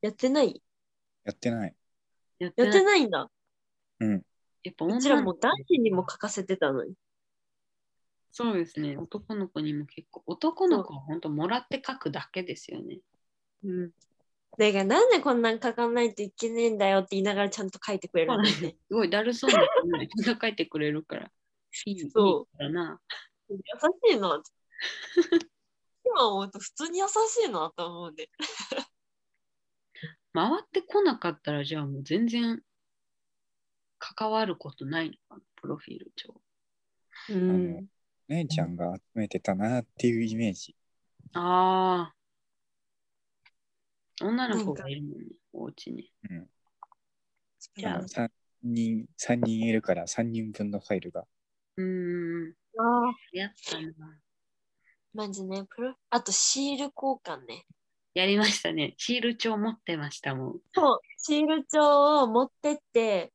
やってないやってない。やってやっないてないんだうん。やっぱうち女らのも子男子にも書かせてたのにそうですね、男の子にも結構、男の子は本当もらって書くだけですよね。うんだからなんでこんなん書かないといけねえんだよって言いながらちゃんと書いてくれるそうんなんだよですねね。すごいだるそうなのに、みんな書いてくれるから。いいいいそからな。優しいな。今思うと普通に優しいなと思うね。回ってこなかったら、じゃあもう全然関わることないのかな、プロフィール帳。あうんの。姉ちゃんが集めてたなっていうイメージ。ああ。女のな子んかがいるもんね、お家に。うん。じゃああの三人、三人いるから三人分のファイルが。うーん。ああ、やったな。マジね。プロあとシール交換ね。やりましたね。シール帳持ってましたもん。そう、シール帳を持ってって、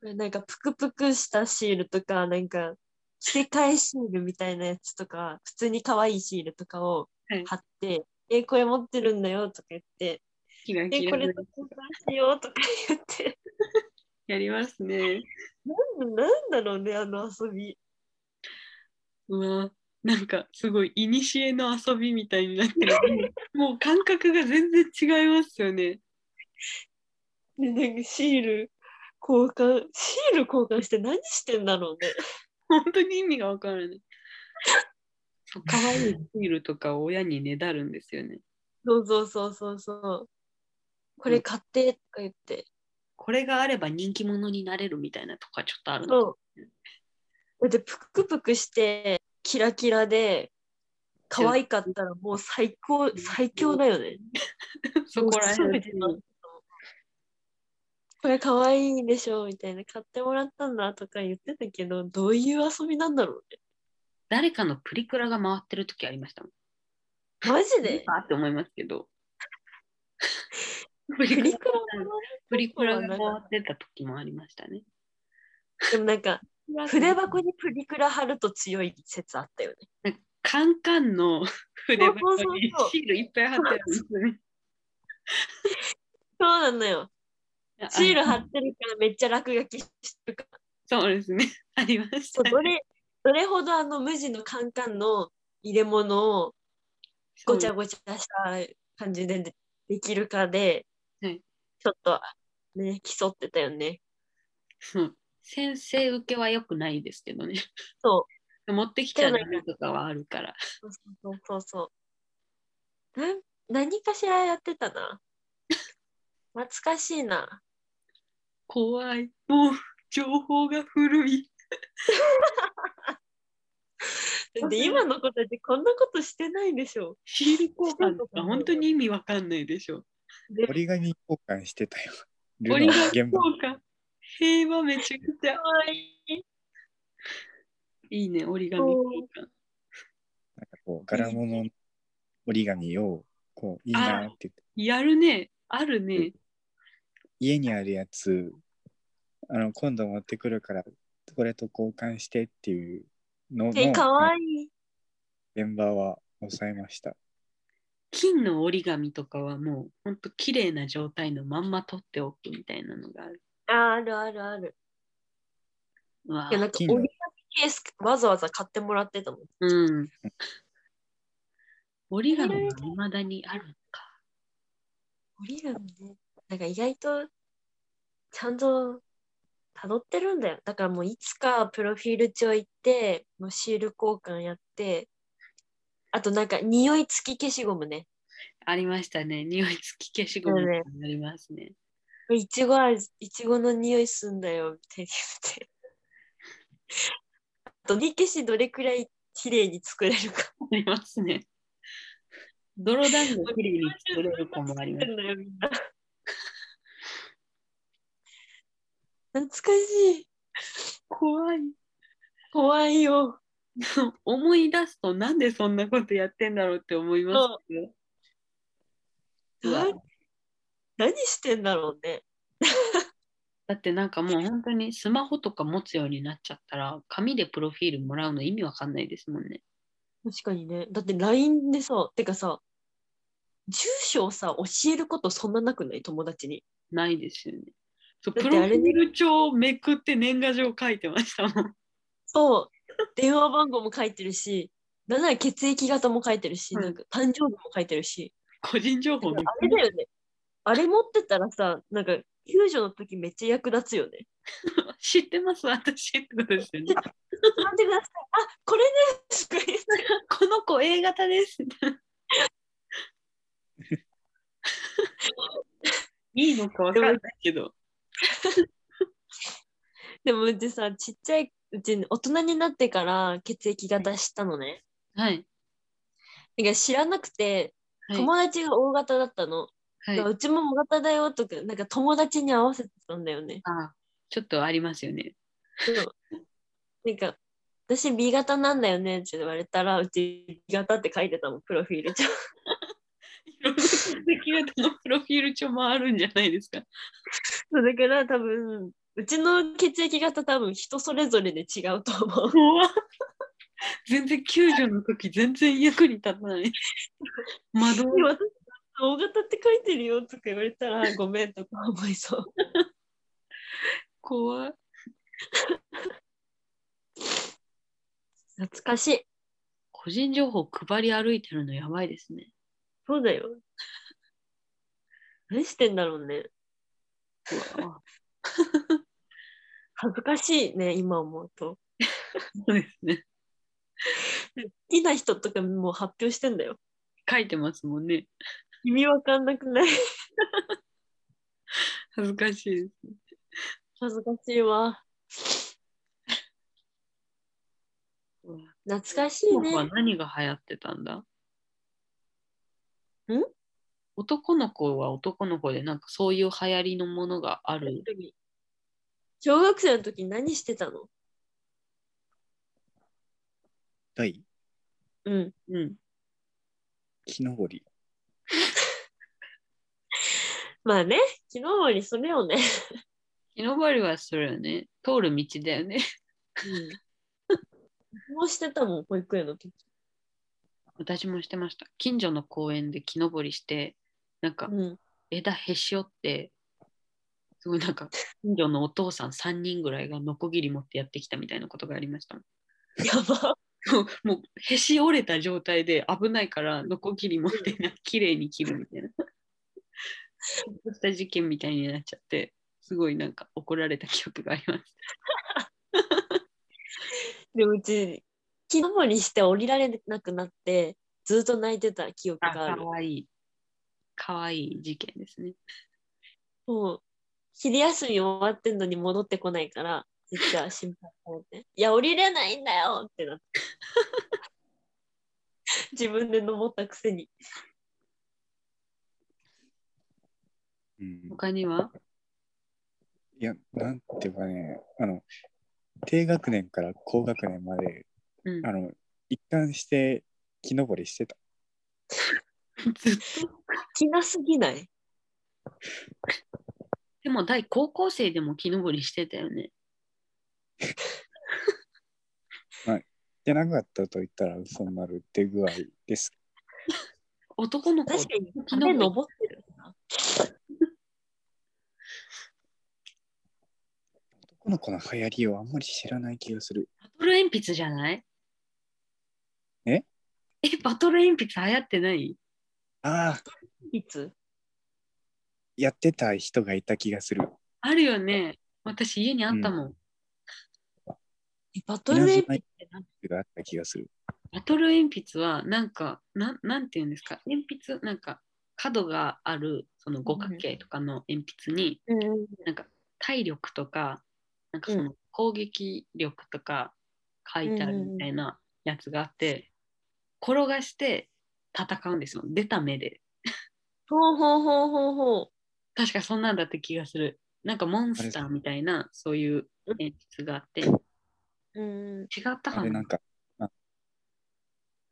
これなんかプクプクしたシールとか、なんか着せ替えシールみたいなやつとか、普通に可愛いシールとかをはい貼って、え、これ持ってるんだよとか言って、キラキえ、こラれなと交換しようとか 言って。やりますね。なんなんだろうね、あの遊び。うわなんかすごい古の遊びみたいになってる もう感覚が全然違いますよねね、なんかシール交換、シール交換して何してんだろうね。本当に意味がわからないそう可愛いシールとかを親にねだるんですよねそうそうそうそうそう。これ買ってとか言って、これがあれば人気者になれるみたいなとかちょっとあるのそう。で、ぷくぷくして、キラキラで、可愛かったらもう最高、最強だよね。 そこら辺もう全てのこれ可愛いでしょみたいな、買ってもらったんだとか言ってたけど、どういう遊びなんだろ誰かのプリクラが回ってる時ありましたもんうね。マジであって思います けどププリリククララがプリクラが回ってた時もありましたねでもなん か、筆箱にプリクラ貼ると強い説あったよね。カンカ ンの筆箱そうそうにそうシールいっぱい貼ってあるんですよねそうなのよ。あシール貼ってるからめっちゃ落書きしてるから。そうですねありましそたうどれどれほどあの無地のカンカンの入れ物をごちゃごごちゃした感じででできるかで、はいちょっとね競ってたよね。先生受けは良くないですけどねそ持ってきちゃダメとかはあるからうそうそうそうなん何かしらやってたな。懐かしいな。怖いもう情報が古いで今の子たちこんなことしてないでしょ。シール交換とか本当に意味わかんないでしょで折り紙交換して たよ。ル折りナ紙の現交場。換平和めちゃくちゃかわいいいいね折り紙交換なんかこう柄物の折り紙をこういいなーって言ってやるねあるね家にあるやつあの今度持ってくるからこれと交換してっていうのえのかわいい。現場は抑えました。金の折り紙とかはもうほんと綺麗な状態のまんま取っておくみたいなのがあるああるあるある。うわいやなんか折金のり紙ケースわざわざ買ってもらってたもん。うん折り紙が未だにあるのか折り紙ね。なんか意外とちゃんと辿ってるんだよ。だからもういつかプロフィール帳行って、もうシール交換やって、あとなんか匂い付き消しゴムね。ありましたね匂い付き消しゴムそうねになりま すねいちご味、いちごの匂いすんだよって言って。 あと、り消しどれくらい綺麗に作れるか。ありますね泥団子綺麗に作れる子もありま作るすんだよみんな懐かしい。怖い怖いよ。思い出すとなんでそんなことやってんだろうって思いますけどうわな何してんだろうね。だってなんかもう本当にスマホとか持つようになっちゃったら紙でプロフィールもらうの意味わかんないですもんね。確かにね。だって LINE でさ、てかさ、住所をさ、教えることそんななくない友達に。ないですよね。そうだプっロてフあィれねール帳をめくって年賀状書いてましたもん。 そう。電話番号も書いてるし、なんなら血液型も書いてるし、うんなんか誕生日も書いてるし。個人情報あめっちれだよね。あれ持ってたらさ、なんか、救助の時めっちゃ役立つよね。ゃ知ってます私ってことです よね。待ってください。あ、これです。この子 A 型です。 いいのかわかんないけど。でもうちさ、ちっちゃいうちに大人になってから血液型知ったのね。はい。なんか知らなくて、はい友達が O 型だったの。はいだからうちも O 型だよとか、なんか友達に合わせてたんだよ ね。あちょっとありますよね。 そうなんか、私 B 型なんだよねって言われたら、うち B 型って書いてたもん、プロフィール帳。 いろんな血液型のプロフィール帳もあるんじゃないですか。そうだから多分、うちの血液型多分人それぞれで違うと思う。怖っ全然救助の時全然役に立た ない。窓で私 O 型って書いてるよとか言われたら、ごめんとか思いそう。怖い。 懐かしい。個人情報配り歩いてるのやばいですね。そうだよ。何してんだろうね。うわ恥ずかしいね、今思うと。そうですね。好きな人とかもう発表してんだよ。書いてますもんね。意味わかんなくない。恥ずかしいです。恥ずかしいわ。うわ懐かしい男の子はね。何が流行ってたんだんん男の子は男の子でなんかそういう流行りのものがある。小学生の時何してたの第うん。うん。木登り。まあね、昨日よりそれよね。木登りはそれよね。通る道だよね。 うん。もうしてたもん、保育園の時。私もしてました。近所の公園で木登りして、なんかうん。枝へし折って、すごいなんか近所のお父さん3人ぐらいがノコギリ持ってやってきたみたいなことがありましたもん。やば。もうもうへし折れた状態で危ないからノコギリ持ってなんか綺麗に切るみたいな。ちょっとした事件みたいになっちゃって、すごいなんか怒られた記憶があります。でもうち、木登りして降りられなくなって、ずっと泣いてた記憶あ、があかる。わいい。かわいい事件ですね。もう、昼休み終わってんのに戻ってこないから、実は心配されて。い や、降りれないんだよってなって。 自分で登ったくせに。うん、他にはいや、なんていうかね、あの、低学年から高学年まで、うんあの、一貫して木登りしてた。 ずっと気なすぎないでも大高校生でも木登りしてたよね。じゃなかったと言ったら嘘になるって具合です。男の子確かに、木登壁り登ってるな。男の子の流行りをあんまり知らない気がする。バトル鉛筆じゃないええ、バトル鉛筆流行ってないああ、いつやってた人がいた気がする。あるよね。私家にあったもん。えバトルエ稲妻ピ一族があった気がする。バトル鉛筆はなんかなん、なんていうんですか、鉛筆、なんか角があるその五角形とかの鉛筆に、なんか体力とか、なんかその攻撃力とか書いてあるみたいなやつがあって、転がして戦うんですよ。出た目で。ほうほうほうほうほう。確かそんなんだった気がする。なんかモンスターみたいな、そういう鉛筆があって、違うん。ったあかれななんか、あ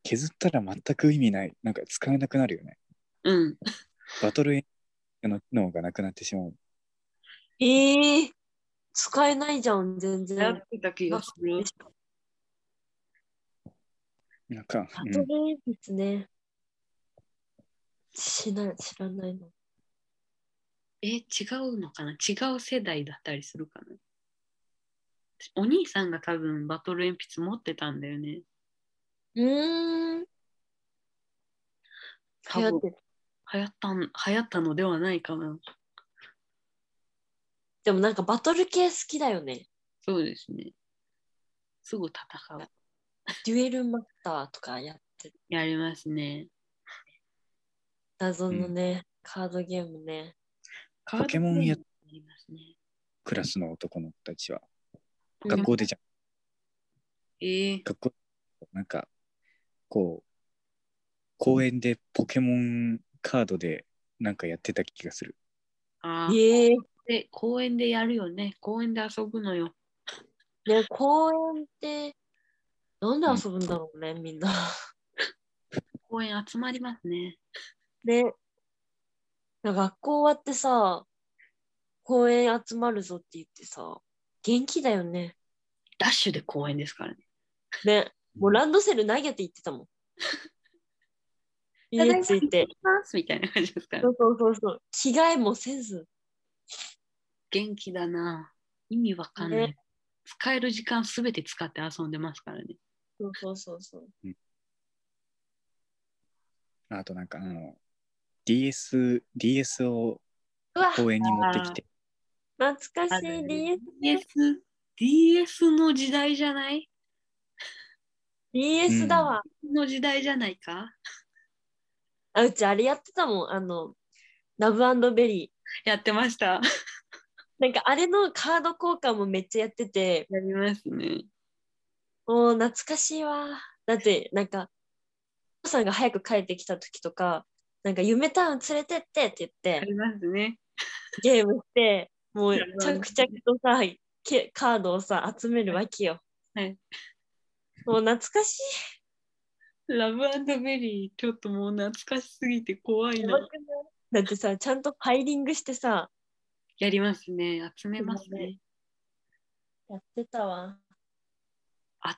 削ったら全く意味ない。なんか使えなくなるよね。うん。バトルエンジンの機能がなくなってしまう。ええ使えないじゃん、全やっ然。てた気がする。なんか、バうトんル鉛筆ね。しない、知らないの。え、違うのかな違う世代だったりするかなお兄さんが多分バトル鉛筆持ってたんだよね。うーん。多流行分ってる。流行ったん流行ったのではないかな。でもなんかバトル系好きだよね。そうですね。すぐ戦う。デュエルマスターとかやってやりますね。たぞのね、カードゲームね。ポケモンややりますね。クラスの男の子たちは。うん学校でじゃんえー、学校、なんか、こう、公園でポケモンカードでなんかやってた気がする。あーええで、公園でやるよね。公園で遊ぶのよ。ね、公園って、なんで遊ぶんだろうね、みんな。公園集まりますね。で、学校終わってさ、公園集まるぞって言ってさ、元気だよね。ダッシュで公園ですからね。ね、もうランドセル投げて言ってたもん。 ただい家まついて。ますみたいな感じですからそ。うそうそうそう。着替えもせず。元気だな。意味わかんない。ね使える時間すべて使って遊んでますからね。そうそうそうそう。あとなんか、あの、DS、DS をうわ、公園に持ってきて、懐かしあいる DS, DS、DS の時代じゃない DS だわ、の時代じゃないかあ。うちあれやってたもん。あの、ラブベリー。やってました。なんかあれのカード交換もめっちゃやってて、やりますね。もう懐かしいわ。だってなんか、お父さんが早く帰ってきた時とか、なんか夢タウン連れてってって言やって、りますね。ゲームして、もうや着ります々とさ、けカードをさ、集めるわけよ。はい。もう懐かしラブベリー、ちょっともう懐かしすぎて怖い。いやなばく。ないだってさ、ちゃんとファイリングしてさ、やりますね。集めますそうだね。やってたわ。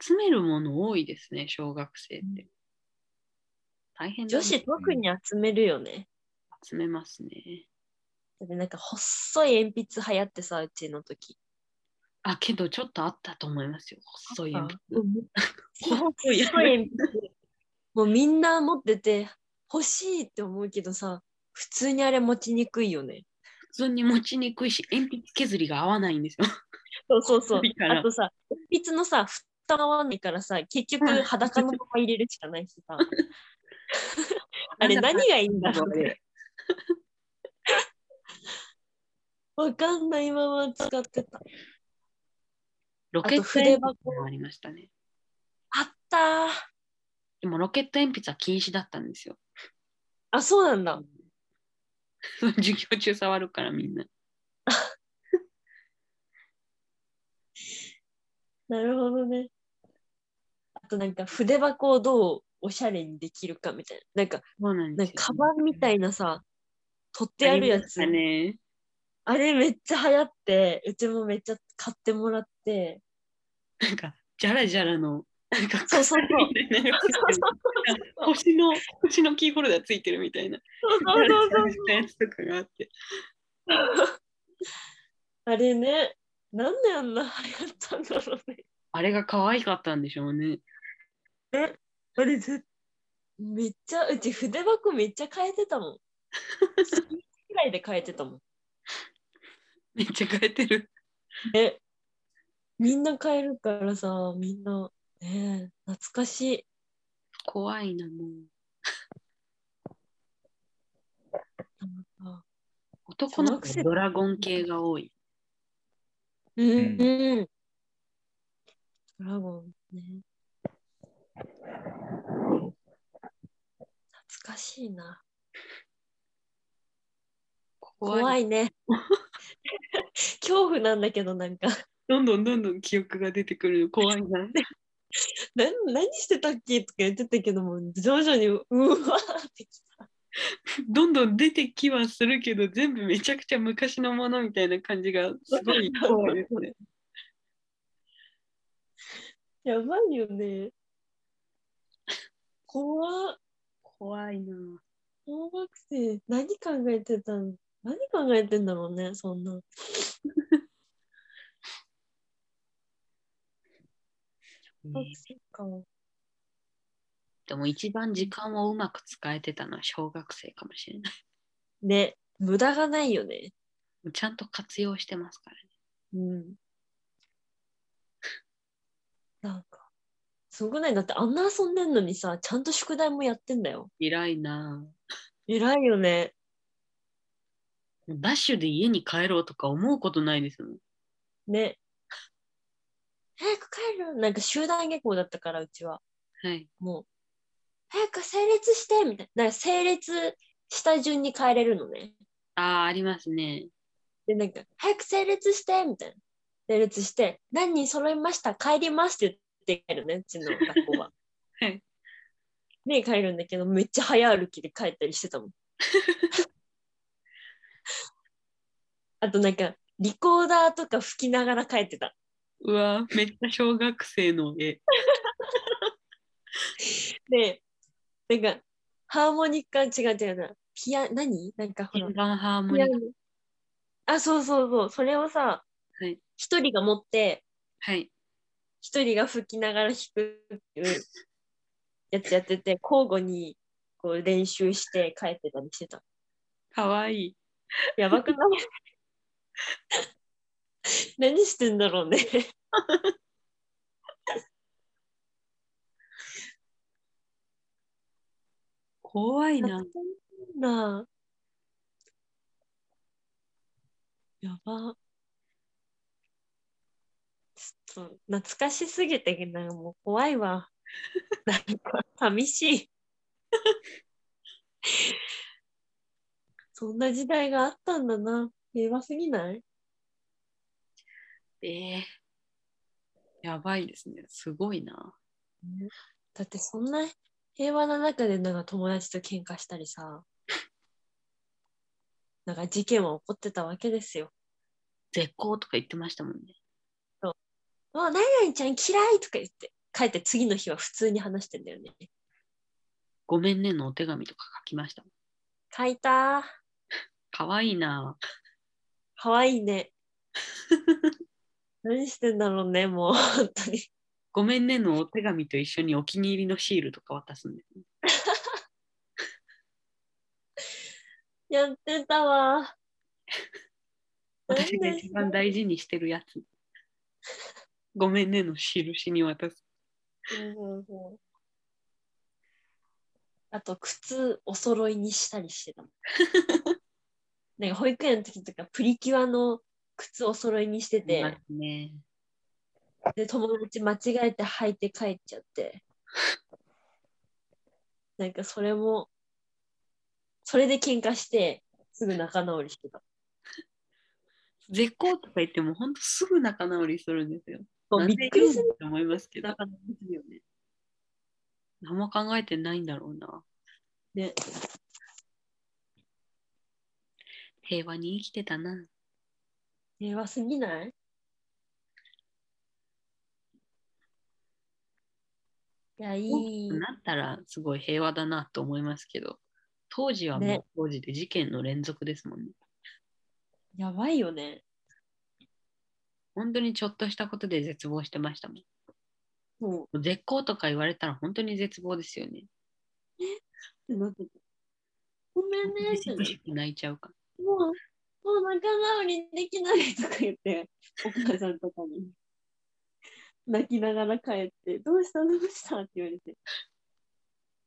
集めるもの多いですね、小学生って。大変だ女ね子特に集めるよね。集めますね。だってなんか細い鉛筆流行ってさ、うちの時。あ、けどちょっとあったと思いますよ。細い鉛筆。うん細い細い鉛筆もうみんな持ってて欲しいって思うけどさ普通にあれ持ちにくいよね普通に持ちにくいし、鉛筆削りが合わないんです よ。そうそうそういいからあとさ鉛筆のさ蓋合わないからさ結局うん裸のまま入れるしかないしさあれなんだ何がいいんだろこうねれわかんないまま使ってたロあケッとト筆筆箱箱もありましたね。あったーでもロケット鉛筆は禁止だったんですよ。あそうなんだ 授業中触るからみんな。なるほどねあとなんか筆箱をどうおしゃれにできるかみたいななんかそうななんでんすかカよ。バンみたいなさ取っでてあるやつね。あれめっちゃ流行って、うちもめっちゃ買ってもら って、なんか、じゃらじゃらの、なんか、そうそうそう鎖みたいなやつ 星の、星のキーホルダーついてるみたいな。そうじゃらじゃらしたやつとかがあって。あれね、なんであんな流行ったんだろうね。あれが可愛かったんでしょうね。あれずめっちゃ、うち筆箱めっちゃ変えてたもん。月くらいで変えてたもん。めっちゃ変えてる。え、みんな変えるからさ、みんな、ねえ、懐かしい。怖いな、もう。あ男の小学子生ドラゴン系が多い。うん、んうん。ドラゴンね。懐かしいな。怖い。怖いね。 恐怖なんだけど、なんか、どんどんどんどん記憶が出てくるの怖い な。な何してたっけとか言ってたけども、徐々に、うわーってきどんどん出てきはするけど、全部めちゃくちゃ昔のものみたいな感じがすご い怖いですね。た。やばいよね。怖っ怖いな。小学生、何考えてたの何考えてんだろうね、そんな。小学生か。でも一番時間をうまく使えてたのは小学生かもしれない。 ね、無駄がないよね。ちゃんと活用してますからね。うん。なんか、すごくないだってあんな遊んでんのにさ、ちゃんと宿題もやってんだよ。偉いなぁ。偉いよね。ダッシュで家に帰ろうとか思うことないですもん。ね。早く帰るなんか集団下校だったから、うちは。はい。もう、早く整列してみたいな。なんか整列した順に帰れるのね。ああ、ありますね。で、なんか、早く整列してみたいな。整列して、何人揃いました帰りますって言って帰るね、うちの学校 は。はい。ね、帰るんだけど、めっちゃ早歩きで帰ったりして たもん。あとなんか、リコーダーとか吹きながら帰ってた。うわめっちゃ小学生の絵。で、なんか、ハーモニカ、違う違うな。ピア、何なんかほら鍵、盤ハーモピアニカ。ノ。あ、そうそうそう。それをさはい、一、人が持って、はい。一人が吹きながら弾くっていうやつやってて、交互にこう練習して帰ってたりしてた。かわいい。やばくない 何してんだろうね。怖いな。なあ。やば。そう懐かしすぎてなんかもう怖いわなんか寂しいそんな時代があったんだな平和すぎないえー、やばいですね。すごいな。だってそんな平和な中でなんか友達と喧嘩したりさなんか事件は起こってたわけですよ絶好とか言ってましたもんね。もう何々ちゃん嫌いとか言って帰って次の日は普通に話してんだよねごめんねのお手紙とか書きましたもん。書いたーかわいいな。かわいい ね何してんだろうねもう本当にごめんねのお手紙と一緒にお気に入りのシールとか渡すんです、ね。やってたわなんで私が一番大事にしてるやつ。ごめんねの印に渡す。あと靴お揃いにしたりしてた もんなんか保育園の時とかプリキュアの靴お揃いにしてて、ありますね。で友達間違えて履いて帰っちゃって なんかそれもそれで喧嘩してすぐ仲直りしてた絶好とか言っても本当すぐ仲直りするんですよ。そうびっくりすると思いますけど。仲直りするよね何も考えてないんだろうな。ね平和に生きてたな。平和すぎないいやいいなったらすごい平和だなと思いますけど、当時はもうね当時で事件の連続ですもんね。やばいよね本当にちょっとしたことで絶望してましたもん。そもう絶好とか言われたら本当に絶望ですよね。うってなってたごめんねって泣いちゃうから。もう、もう仲直りできないとか言って、お母さんとかに。泣きながら帰って、どうしたどうしたって言われて。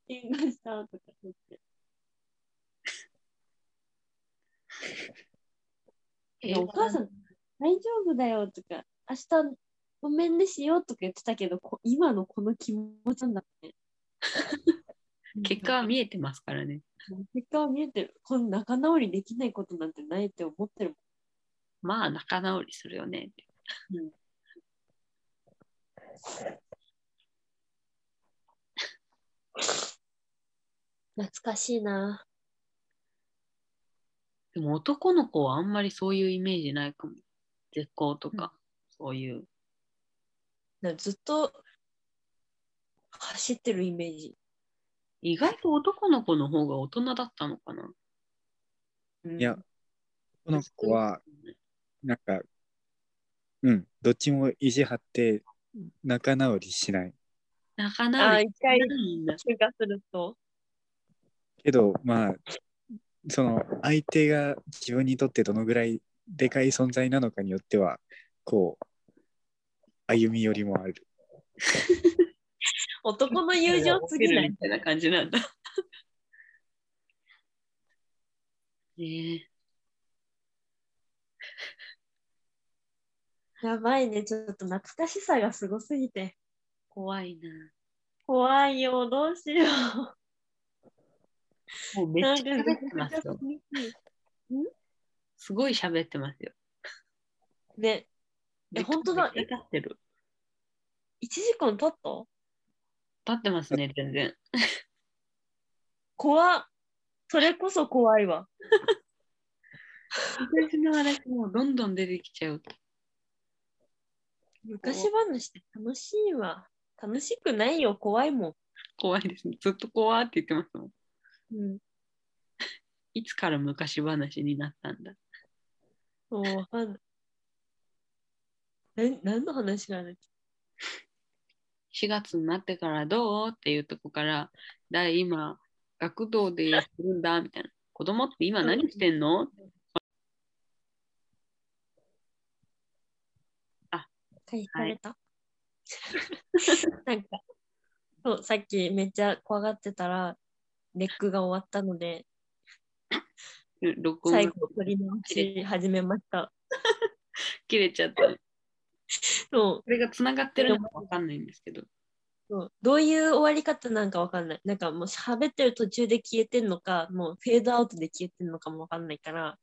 喧嘩したとか言って。いやお母さん、大丈夫だよとか、明日ごめんねしようとか言ってたけど、こ今のこの気持ちなんだね。結果は見えてますからね。結果は見えてる。この仲直りできないことなんてないって思ってるまあ仲直りするよね。もん。懐かしいな。でも男の子はあんまりそういうイメージないかも。絶好とか、そういう。なんかずっと走ってるイメージ。意外と男の子の方が大人だったのかな。いや、この子は、なんか、うん、どっちも意地張って仲直りしない。仲ああ直ー、り一回ないんだ。喧嘩すると。けど、まあ、その相手が自分にとってどのぐらいでかい存在なのかによっては、こう、歩み寄りもある。男の友情すぎないみ。たいな感じ なんだ。ねえやばいね、ちょっと懐かしさがすごすぎて。怖いな。怖いよ、どうしよう。もうめっちゃなん喋かってますよ。懐かしいすごい喋ってますよ。ね、え本当だ立ってる。 1時間経った立ってますね、全然。怖っそれこそ怖いわ。昔の話もうどんどん出てきちゃう。昔話って楽しいわ。楽しくないよ、怖いも怖いですね。ずっと怖って言ってますもん。ん。うん。いつから昔話になったんだ。もうわかんない。な何の話がある4月になってからどうっていうとこから、だい今、学童でやってるんだみたいな。子供って今何してんの回避された、なんかそうさっきめっちゃ怖がってたらネックが終わったので録音最が後取り直し始めました切れちゃった。そうそれがつながってるのかわかんないんですけど。 そうどういう終わり方なんかわかんない。なんかもう喋ってる途中で消えてんのか、もうフェードアウトで消えてんのかもわかんないから、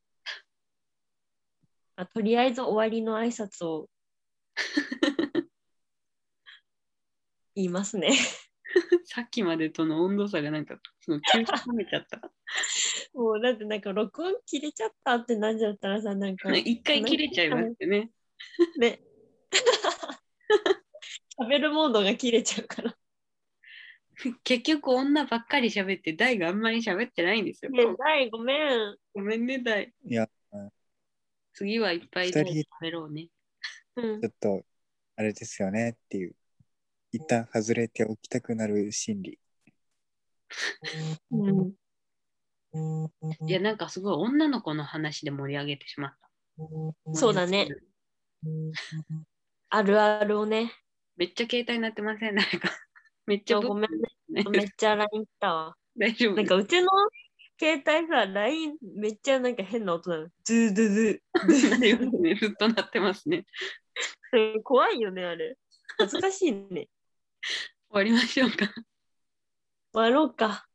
あとりあえず終わりの挨拶を言いますね。さっきまでとの温度差がなんか、その急に冷めちゃった。もうだってなんか録音切れちゃったってなっちゃったらさ、なんか一回切れちゃいますよね。ね。 喋るモードが切れちゃうから。 結局女ばっかり喋って、大があんまり喋ってないんですよ。ね大ごめん。ごめんね、大。いや、次はいっぱい二大人喋ろうね。うんちょっと、あれですよねっていう、一旦外れておきたくなる心理。うん、いや、なんかすごい女の子の話で盛り上げてしまった。そうだね。あるあるをね。めっちゃ携帯鳴ってません、誰か。 めっちゃごめんねめっちゃ LINE 来たわ。大丈夫。なんかうちの携帯さ、LINE めっちゃなんか変な音なの。ズーズーズ 大丈夫ねずっと鳴ってますね。ー。怖いよね、あれ。恥ずかしいね。終わりましょうか。終わろうか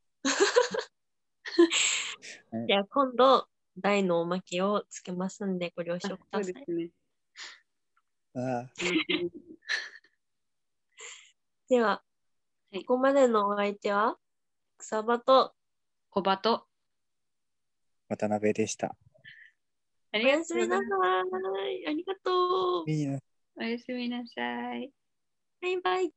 うん。じゃあ今度、大のおまけをつけますんで、ご了承ください。すね。ああ、では、いここまでのお相手は、草場と、小バと。渡辺でした。あおりやすみなさいい。ありがとう。いいないます。おやすみなさい。バイバイ。